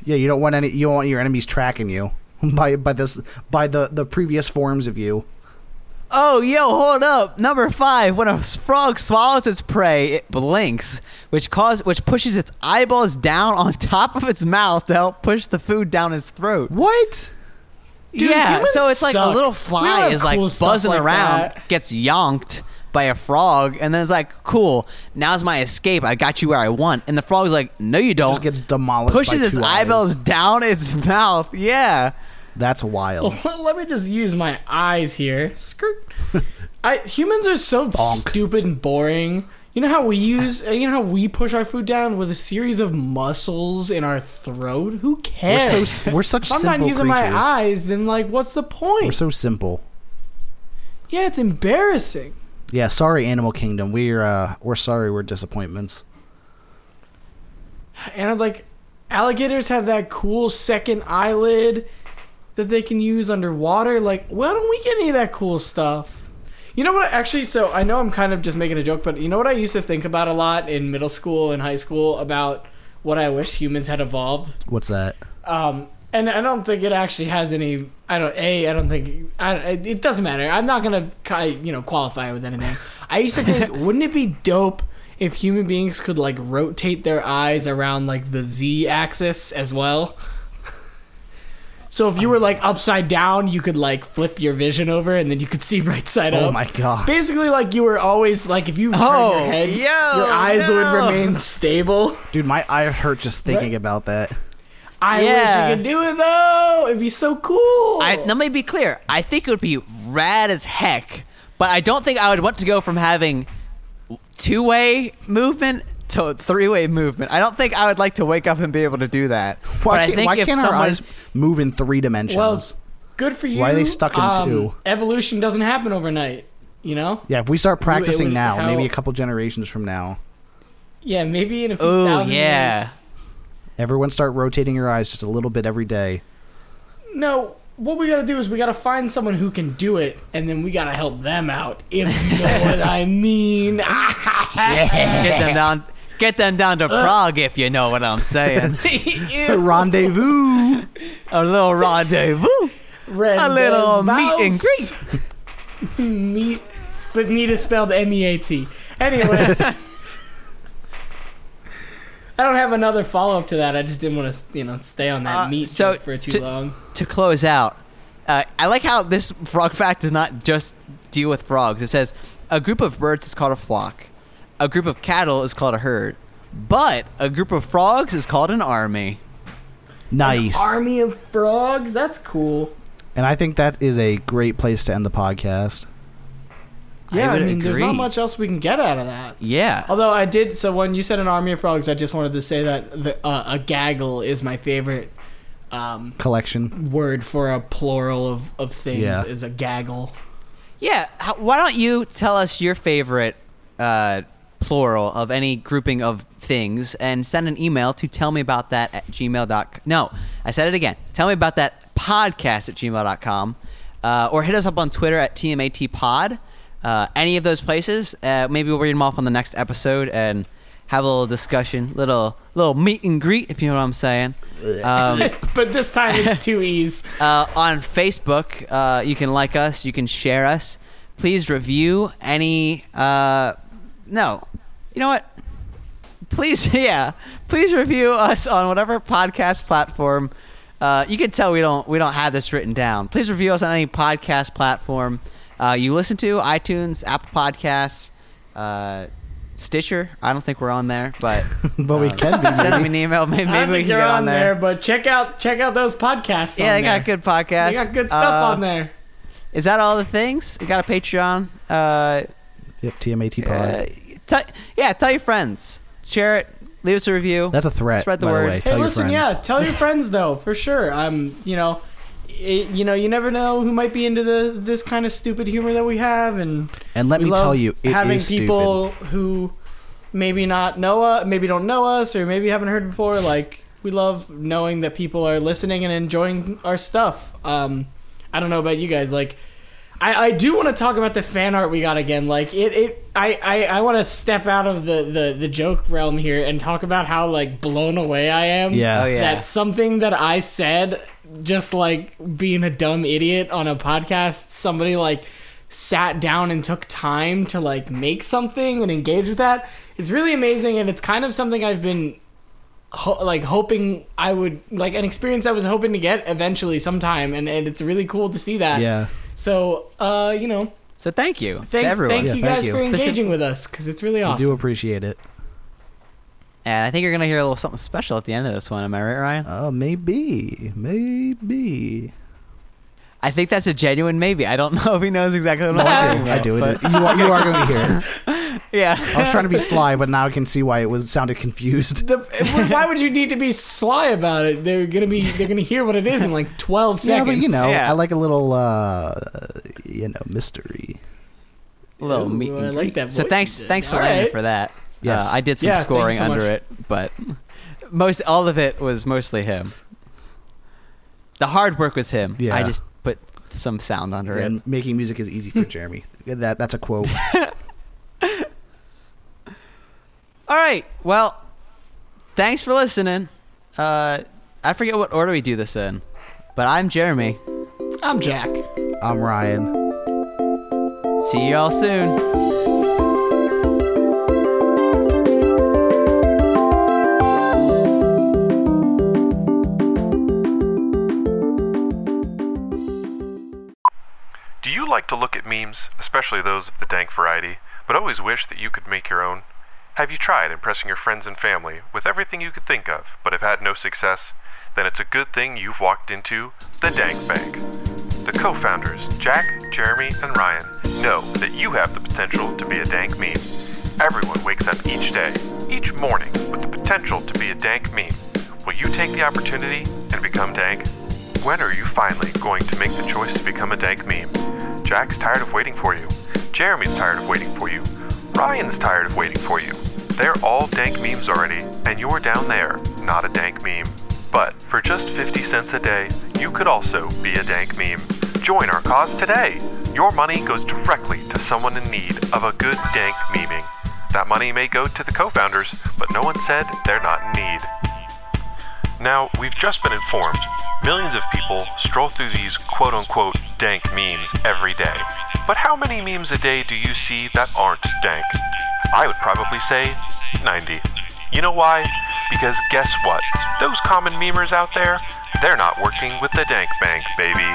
[SPEAKER 3] yeah, you don't want any. You don't want your enemies tracking you by by this by the the previous forms of you.
[SPEAKER 2] Oh, yo, hold up. Number five, when a frog swallows its prey, it blinks, which cause which pushes its eyeballs down on top of its mouth to help push the food down its throat.
[SPEAKER 3] What?
[SPEAKER 1] Dude,
[SPEAKER 2] yeah,
[SPEAKER 1] humans
[SPEAKER 2] so it's like a
[SPEAKER 1] suck.
[SPEAKER 2] little
[SPEAKER 1] We don't
[SPEAKER 2] fly
[SPEAKER 1] have
[SPEAKER 2] is like
[SPEAKER 1] cool stuff
[SPEAKER 2] buzzing
[SPEAKER 1] like
[SPEAKER 2] around,
[SPEAKER 1] that.
[SPEAKER 2] gets yonked by a frog, and then it's like, cool, now's my escape. I got you where I want. And the frog's like, no, you don't.
[SPEAKER 3] Just gets demolished.
[SPEAKER 2] pushes
[SPEAKER 3] by
[SPEAKER 2] its
[SPEAKER 3] two eyes.
[SPEAKER 2] eyeballs down its mouth. Yeah.
[SPEAKER 3] That's wild.
[SPEAKER 1] Well, let me just use my eyes here. Skirt. I humans are so
[SPEAKER 3] Bonk.
[SPEAKER 1] stupid and boring. You know how we use, uh, you know how we push our food down with a series of muscles in our throat. Who
[SPEAKER 3] We're
[SPEAKER 1] cares?
[SPEAKER 3] so s- we're such
[SPEAKER 1] if I'm
[SPEAKER 3] simple
[SPEAKER 1] not using
[SPEAKER 3] creatures.
[SPEAKER 1] my eyes, then like, what's the
[SPEAKER 3] We're
[SPEAKER 1] point?
[SPEAKER 3] so simple.
[SPEAKER 1] yeah, it's embarrassing.
[SPEAKER 3] Yeah, sorry, Animal Kingdom. We're uh, we're sorry. We're disappointments.
[SPEAKER 1] And I'm like, alligators have that cool second eyelid that they can use underwater. Like, why don't we get any of that cool stuff? You know what? I- Actually, so I know I'm kind of just making a joke, but you know what I used to think about a lot in middle school and high school about what I wish humans had evolved.
[SPEAKER 3] What's that?
[SPEAKER 1] Um, and I don't think it actually has any. I don't. A. I don't think. I, don't- it doesn't matter. I'm not gonna. ki- You know, qualify with anything. I used to think, wouldn't it be dope if human beings could like rotate their eyes around like the Z axis as well? So if you were like upside down, you could like flip your vision over, and then you could see right side up.
[SPEAKER 3] Oh my god.
[SPEAKER 1] Basically, like you were always like if you turned
[SPEAKER 2] Oh,
[SPEAKER 1] your head,
[SPEAKER 2] yo,
[SPEAKER 1] your eyes
[SPEAKER 2] no.
[SPEAKER 1] would remain stable.
[SPEAKER 3] Dude, my eye hurt just thinking about that.
[SPEAKER 1] I
[SPEAKER 2] Yeah.
[SPEAKER 1] wish you could do it though. It'd be so cool.
[SPEAKER 2] I, now, let me be clear. I think it would be rad as heck, but I don't think I would want to go from having two way movement to three way movement. I don't think I would like to wake up and be able to do that. but
[SPEAKER 3] Why,
[SPEAKER 2] I
[SPEAKER 3] can't,
[SPEAKER 2] think
[SPEAKER 3] why
[SPEAKER 2] if
[SPEAKER 3] can't our
[SPEAKER 2] someone,
[SPEAKER 3] eyes move in three dimensions?
[SPEAKER 1] Well, good for you. Um,
[SPEAKER 3] Why are they stuck in two?
[SPEAKER 1] Evolution doesn't happen overnight, you know?
[SPEAKER 3] yeah, if we start practicing
[SPEAKER 1] would-
[SPEAKER 3] now,
[SPEAKER 1] how-
[SPEAKER 3] maybe a couple generations from now,
[SPEAKER 1] Yeah, maybe in a few
[SPEAKER 2] oh
[SPEAKER 1] thousand
[SPEAKER 2] yeah,
[SPEAKER 3] everyone start rotating your eyes just a little bit every day.
[SPEAKER 1] years. No, what we gotta do is we gotta find someone who can do it, and then we gotta help them out, if you know what I mean.
[SPEAKER 2] get them down, get them down to Prague if you know what I'm saying.
[SPEAKER 1] Ew.
[SPEAKER 3] Rendezvous.
[SPEAKER 2] a little rendezvous.
[SPEAKER 1] Red
[SPEAKER 2] A little
[SPEAKER 1] Bell's
[SPEAKER 2] meet and
[SPEAKER 1] mouse. meat, but meat is spelled M-E-A-T. Anyway, I don't have another follow up to that. I just didn't want to, you know, stay on that
[SPEAKER 2] Uh,
[SPEAKER 1] meat
[SPEAKER 2] so
[SPEAKER 1] joke for too
[SPEAKER 2] to-
[SPEAKER 1] long.
[SPEAKER 2] to close out, uh, I like how this frog fact does not just deal with frogs. It says a group of birds is called a flock, a group of cattle is called a herd, but a group of frogs is called an army.
[SPEAKER 3] Nice.
[SPEAKER 1] Army of frogs. That's cool.
[SPEAKER 3] And I think that is a great place to end the podcast.
[SPEAKER 1] Yeah, I,
[SPEAKER 2] would
[SPEAKER 1] mean, there's
[SPEAKER 2] agree.
[SPEAKER 1] not much else we can get out of that.
[SPEAKER 2] Yeah.
[SPEAKER 1] Although I did, so when you said an army of frogs, I just wanted to say that the, uh, a gaggle is my favorite um,
[SPEAKER 3] Collection.
[SPEAKER 1] word for a plural of, of things.
[SPEAKER 3] Yeah.
[SPEAKER 1] Is a gaggle.
[SPEAKER 2] Yeah. How, why don't you tell us your favorite uh, plural of any grouping of things and send an email to tell me about that at gmail.com. No, I said it again. Tell me about that podcast at gmail.com uh, or hit us up on Twitter at TMATpod. Uh, any of those places. Uh, maybe we'll read them off on the next episode and have a little discussion, little little meet and greet, if you know what I'm saying. Um,
[SPEAKER 1] but this time it's two e's.
[SPEAKER 2] uh, on Facebook. Uh, you can like us. You can share us. Please review any. Uh, no, you know what? Please, yeah, please review us on whatever podcast platform. Uh, you can tell we don't we don't have this written down. Please review us on any podcast platform uh, you listen to: iTunes, Apple Podcasts, uh, Stitcher. I don't think we're on there, but um,
[SPEAKER 3] but we can be.
[SPEAKER 2] send them
[SPEAKER 3] maybe.
[SPEAKER 2] an email. Maybe,
[SPEAKER 1] I
[SPEAKER 2] maybe we
[SPEAKER 1] think
[SPEAKER 2] can get
[SPEAKER 1] you're
[SPEAKER 2] on there.
[SPEAKER 1] but check out check out those podcasts. on
[SPEAKER 2] Yeah, they got
[SPEAKER 1] there.
[SPEAKER 2] good podcasts.
[SPEAKER 1] They got good stuff
[SPEAKER 2] Uh,
[SPEAKER 1] on there.
[SPEAKER 2] Is that all the things? We got a Patreon. Uh,
[SPEAKER 3] Yep, TMAT pod.
[SPEAKER 2] uh, tell yeah, tell your friends. Share it. leave us a review.
[SPEAKER 3] That's a threat.
[SPEAKER 2] Spread the
[SPEAKER 3] by
[SPEAKER 2] word.
[SPEAKER 3] way.
[SPEAKER 2] Hey,
[SPEAKER 3] Tell
[SPEAKER 1] hey,
[SPEAKER 3] your
[SPEAKER 1] listen,
[SPEAKER 3] friends.
[SPEAKER 1] yeah, tell your friends though, for sure. Um, you know, it, you know, you never know who might be into the this kind of stupid humor that we have, and
[SPEAKER 3] And let
[SPEAKER 1] we
[SPEAKER 3] me
[SPEAKER 1] love
[SPEAKER 3] tell you, it is
[SPEAKER 1] having
[SPEAKER 3] stupid.
[SPEAKER 1] people who maybe not know, uh, maybe don't know us, or maybe haven't heard before. Like we love knowing that people are listening and enjoying our stuff. Um, I don't know about you guys, like. I, I do want to talk about the fan art we got again. Like it, it I, I, I want to step out of the, the, the joke realm here and talk about how like blown away I am.
[SPEAKER 3] Yeah.
[SPEAKER 2] Oh, yeah.
[SPEAKER 1] That something that I said, just like being a dumb idiot on a podcast, somebody like sat down and took time to like make something and engage with that. It's really amazing, and it's kind of something I've been ho- like hoping I would like an experience I was hoping to get eventually sometime, and, and it's really cool to see that.
[SPEAKER 3] Yeah.
[SPEAKER 1] So, uh, you know,
[SPEAKER 2] So thank you
[SPEAKER 1] thanks,
[SPEAKER 2] to everyone.
[SPEAKER 1] thank
[SPEAKER 3] Yeah,
[SPEAKER 1] you
[SPEAKER 3] thank
[SPEAKER 1] guys
[SPEAKER 3] you.
[SPEAKER 1] for
[SPEAKER 2] Specif-
[SPEAKER 1] engaging with us because it's really
[SPEAKER 3] We do
[SPEAKER 1] awesome.
[SPEAKER 3] appreciate it.
[SPEAKER 2] And I think you're gonna hear a little something special at the end of this one. Am I right, Ryan?
[SPEAKER 3] Uh, maybe, maybe.
[SPEAKER 2] I think that's a genuine maybe. I don't know if he knows exactly what
[SPEAKER 3] No, I
[SPEAKER 2] I'm
[SPEAKER 3] do. Oh,
[SPEAKER 2] doing.
[SPEAKER 3] I do. it. You are, you are going to hear it. I
[SPEAKER 2] Yeah.
[SPEAKER 3] was trying to be sly, but now I can see why it was sounded confused.
[SPEAKER 1] The, why would you need to be sly about it? They're gonna be they're gonna hear what it is in like twelve
[SPEAKER 3] Yeah,
[SPEAKER 1] seconds.
[SPEAKER 3] but you know,
[SPEAKER 2] Yeah.
[SPEAKER 3] I like a little, uh, you know, mystery.
[SPEAKER 2] little
[SPEAKER 1] Ooh,
[SPEAKER 2] meet
[SPEAKER 1] I
[SPEAKER 2] and
[SPEAKER 1] like
[SPEAKER 2] greet.
[SPEAKER 1] that
[SPEAKER 2] So
[SPEAKER 1] voice
[SPEAKER 2] thanks,
[SPEAKER 1] you did.
[SPEAKER 2] thanks
[SPEAKER 1] All
[SPEAKER 2] Lorena
[SPEAKER 1] right.
[SPEAKER 2] for that.
[SPEAKER 3] Yes.
[SPEAKER 2] Uh, I did some
[SPEAKER 1] Yeah, thank you
[SPEAKER 2] scoring
[SPEAKER 1] so
[SPEAKER 2] under
[SPEAKER 1] much.
[SPEAKER 2] it, but most all of it was mostly him. The hard work was him.
[SPEAKER 3] Yeah.
[SPEAKER 2] I just put some sound under it.
[SPEAKER 3] And making music is easy for Jeremy. that that's a quote.
[SPEAKER 2] All right. Well, thanks for listening. Uh, I forget what order we do this in, but I'm Jeremy.
[SPEAKER 1] I'm Jack.
[SPEAKER 3] I'm Ryan.
[SPEAKER 2] See y'all soon.
[SPEAKER 4] Do you like to look at memes, especially those of the dank variety, but always wish that you could make your own? Have you tried impressing your friends and family with everything you could think of, but have had no success? Then it's a good thing you've walked into the Dank Bank. The co founders, Jack, Jeremy, and Ryan, know that you have the potential to be a dank meme. Everyone wakes up each day, each morning, with the potential to be a dank meme. Will you take the opportunity and become dank? When are you finally going to make the choice to become a dank meme? Jack's tired of waiting for you. Jeremy's tired of waiting for you. Ryan's tired of waiting for you. They're all dank memes already, and you're down there, not a dank meme. But for just 50 cents a day, you could also be a dank meme. Join our cause today! Your money goes directly to someone in need of a good dank meming. That money may go to the co founders, but no one said they're not in need. Now, we've just been informed millions of people stroll through these quote unquote dank memes every day. But how many memes a day do you see that aren't dank? I would probably say 90. You know why? Because guess what? Those common memers out there, they're not working with the Dank Bank, baby.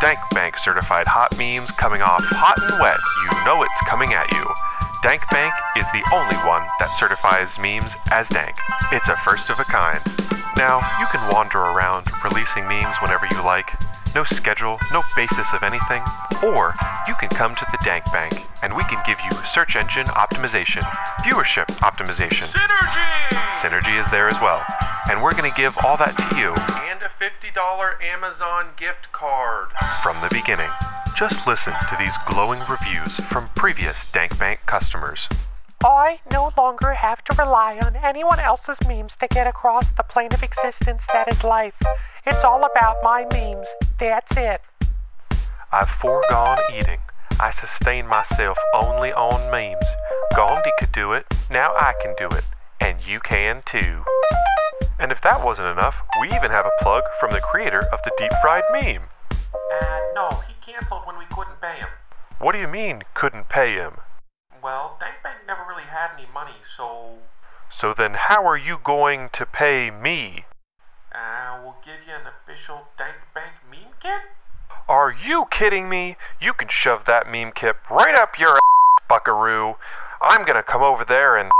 [SPEAKER 4] Dank Bank certified hot memes coming off hot and wet. You know it's coming at you. Dank Bank is the only one that certifies memes as dank. It's a first of a kind. Now, you can wander around releasing memes whenever you like. No schedule, no basis of anything. Or you can come to the Dank Bank and we can give you search engine optimization, viewership optimization. Synergy! Synergy is there as well. And we're going to give all that to you
[SPEAKER 5] and a $50 Amazon gift card.
[SPEAKER 4] from the beginning. Just listen to these glowing reviews from previous Dank Bank customers.
[SPEAKER 6] I no longer have to rely on anyone else's memes to get across the plane of existence that is life. It's all about my memes. That's it.
[SPEAKER 4] I've foregone eating. I sustain myself only on memes. Gandhi could do it, now I can do it, and you can too. And if that wasn't enough, we even have a plug from the creator of the deep fried meme.
[SPEAKER 5] Uh, no, he canceled when we couldn't pay him.
[SPEAKER 4] What do you mean, couldn't pay him?
[SPEAKER 5] Well, Dank Bank never really had any money, so.
[SPEAKER 4] So then, how are you going to pay me?
[SPEAKER 5] Uh, we'll give you an official Dank Bank meme kit?
[SPEAKER 4] Are you kidding me? You can shove that meme kip right up your ass, buckaroo. I'm gonna come over there and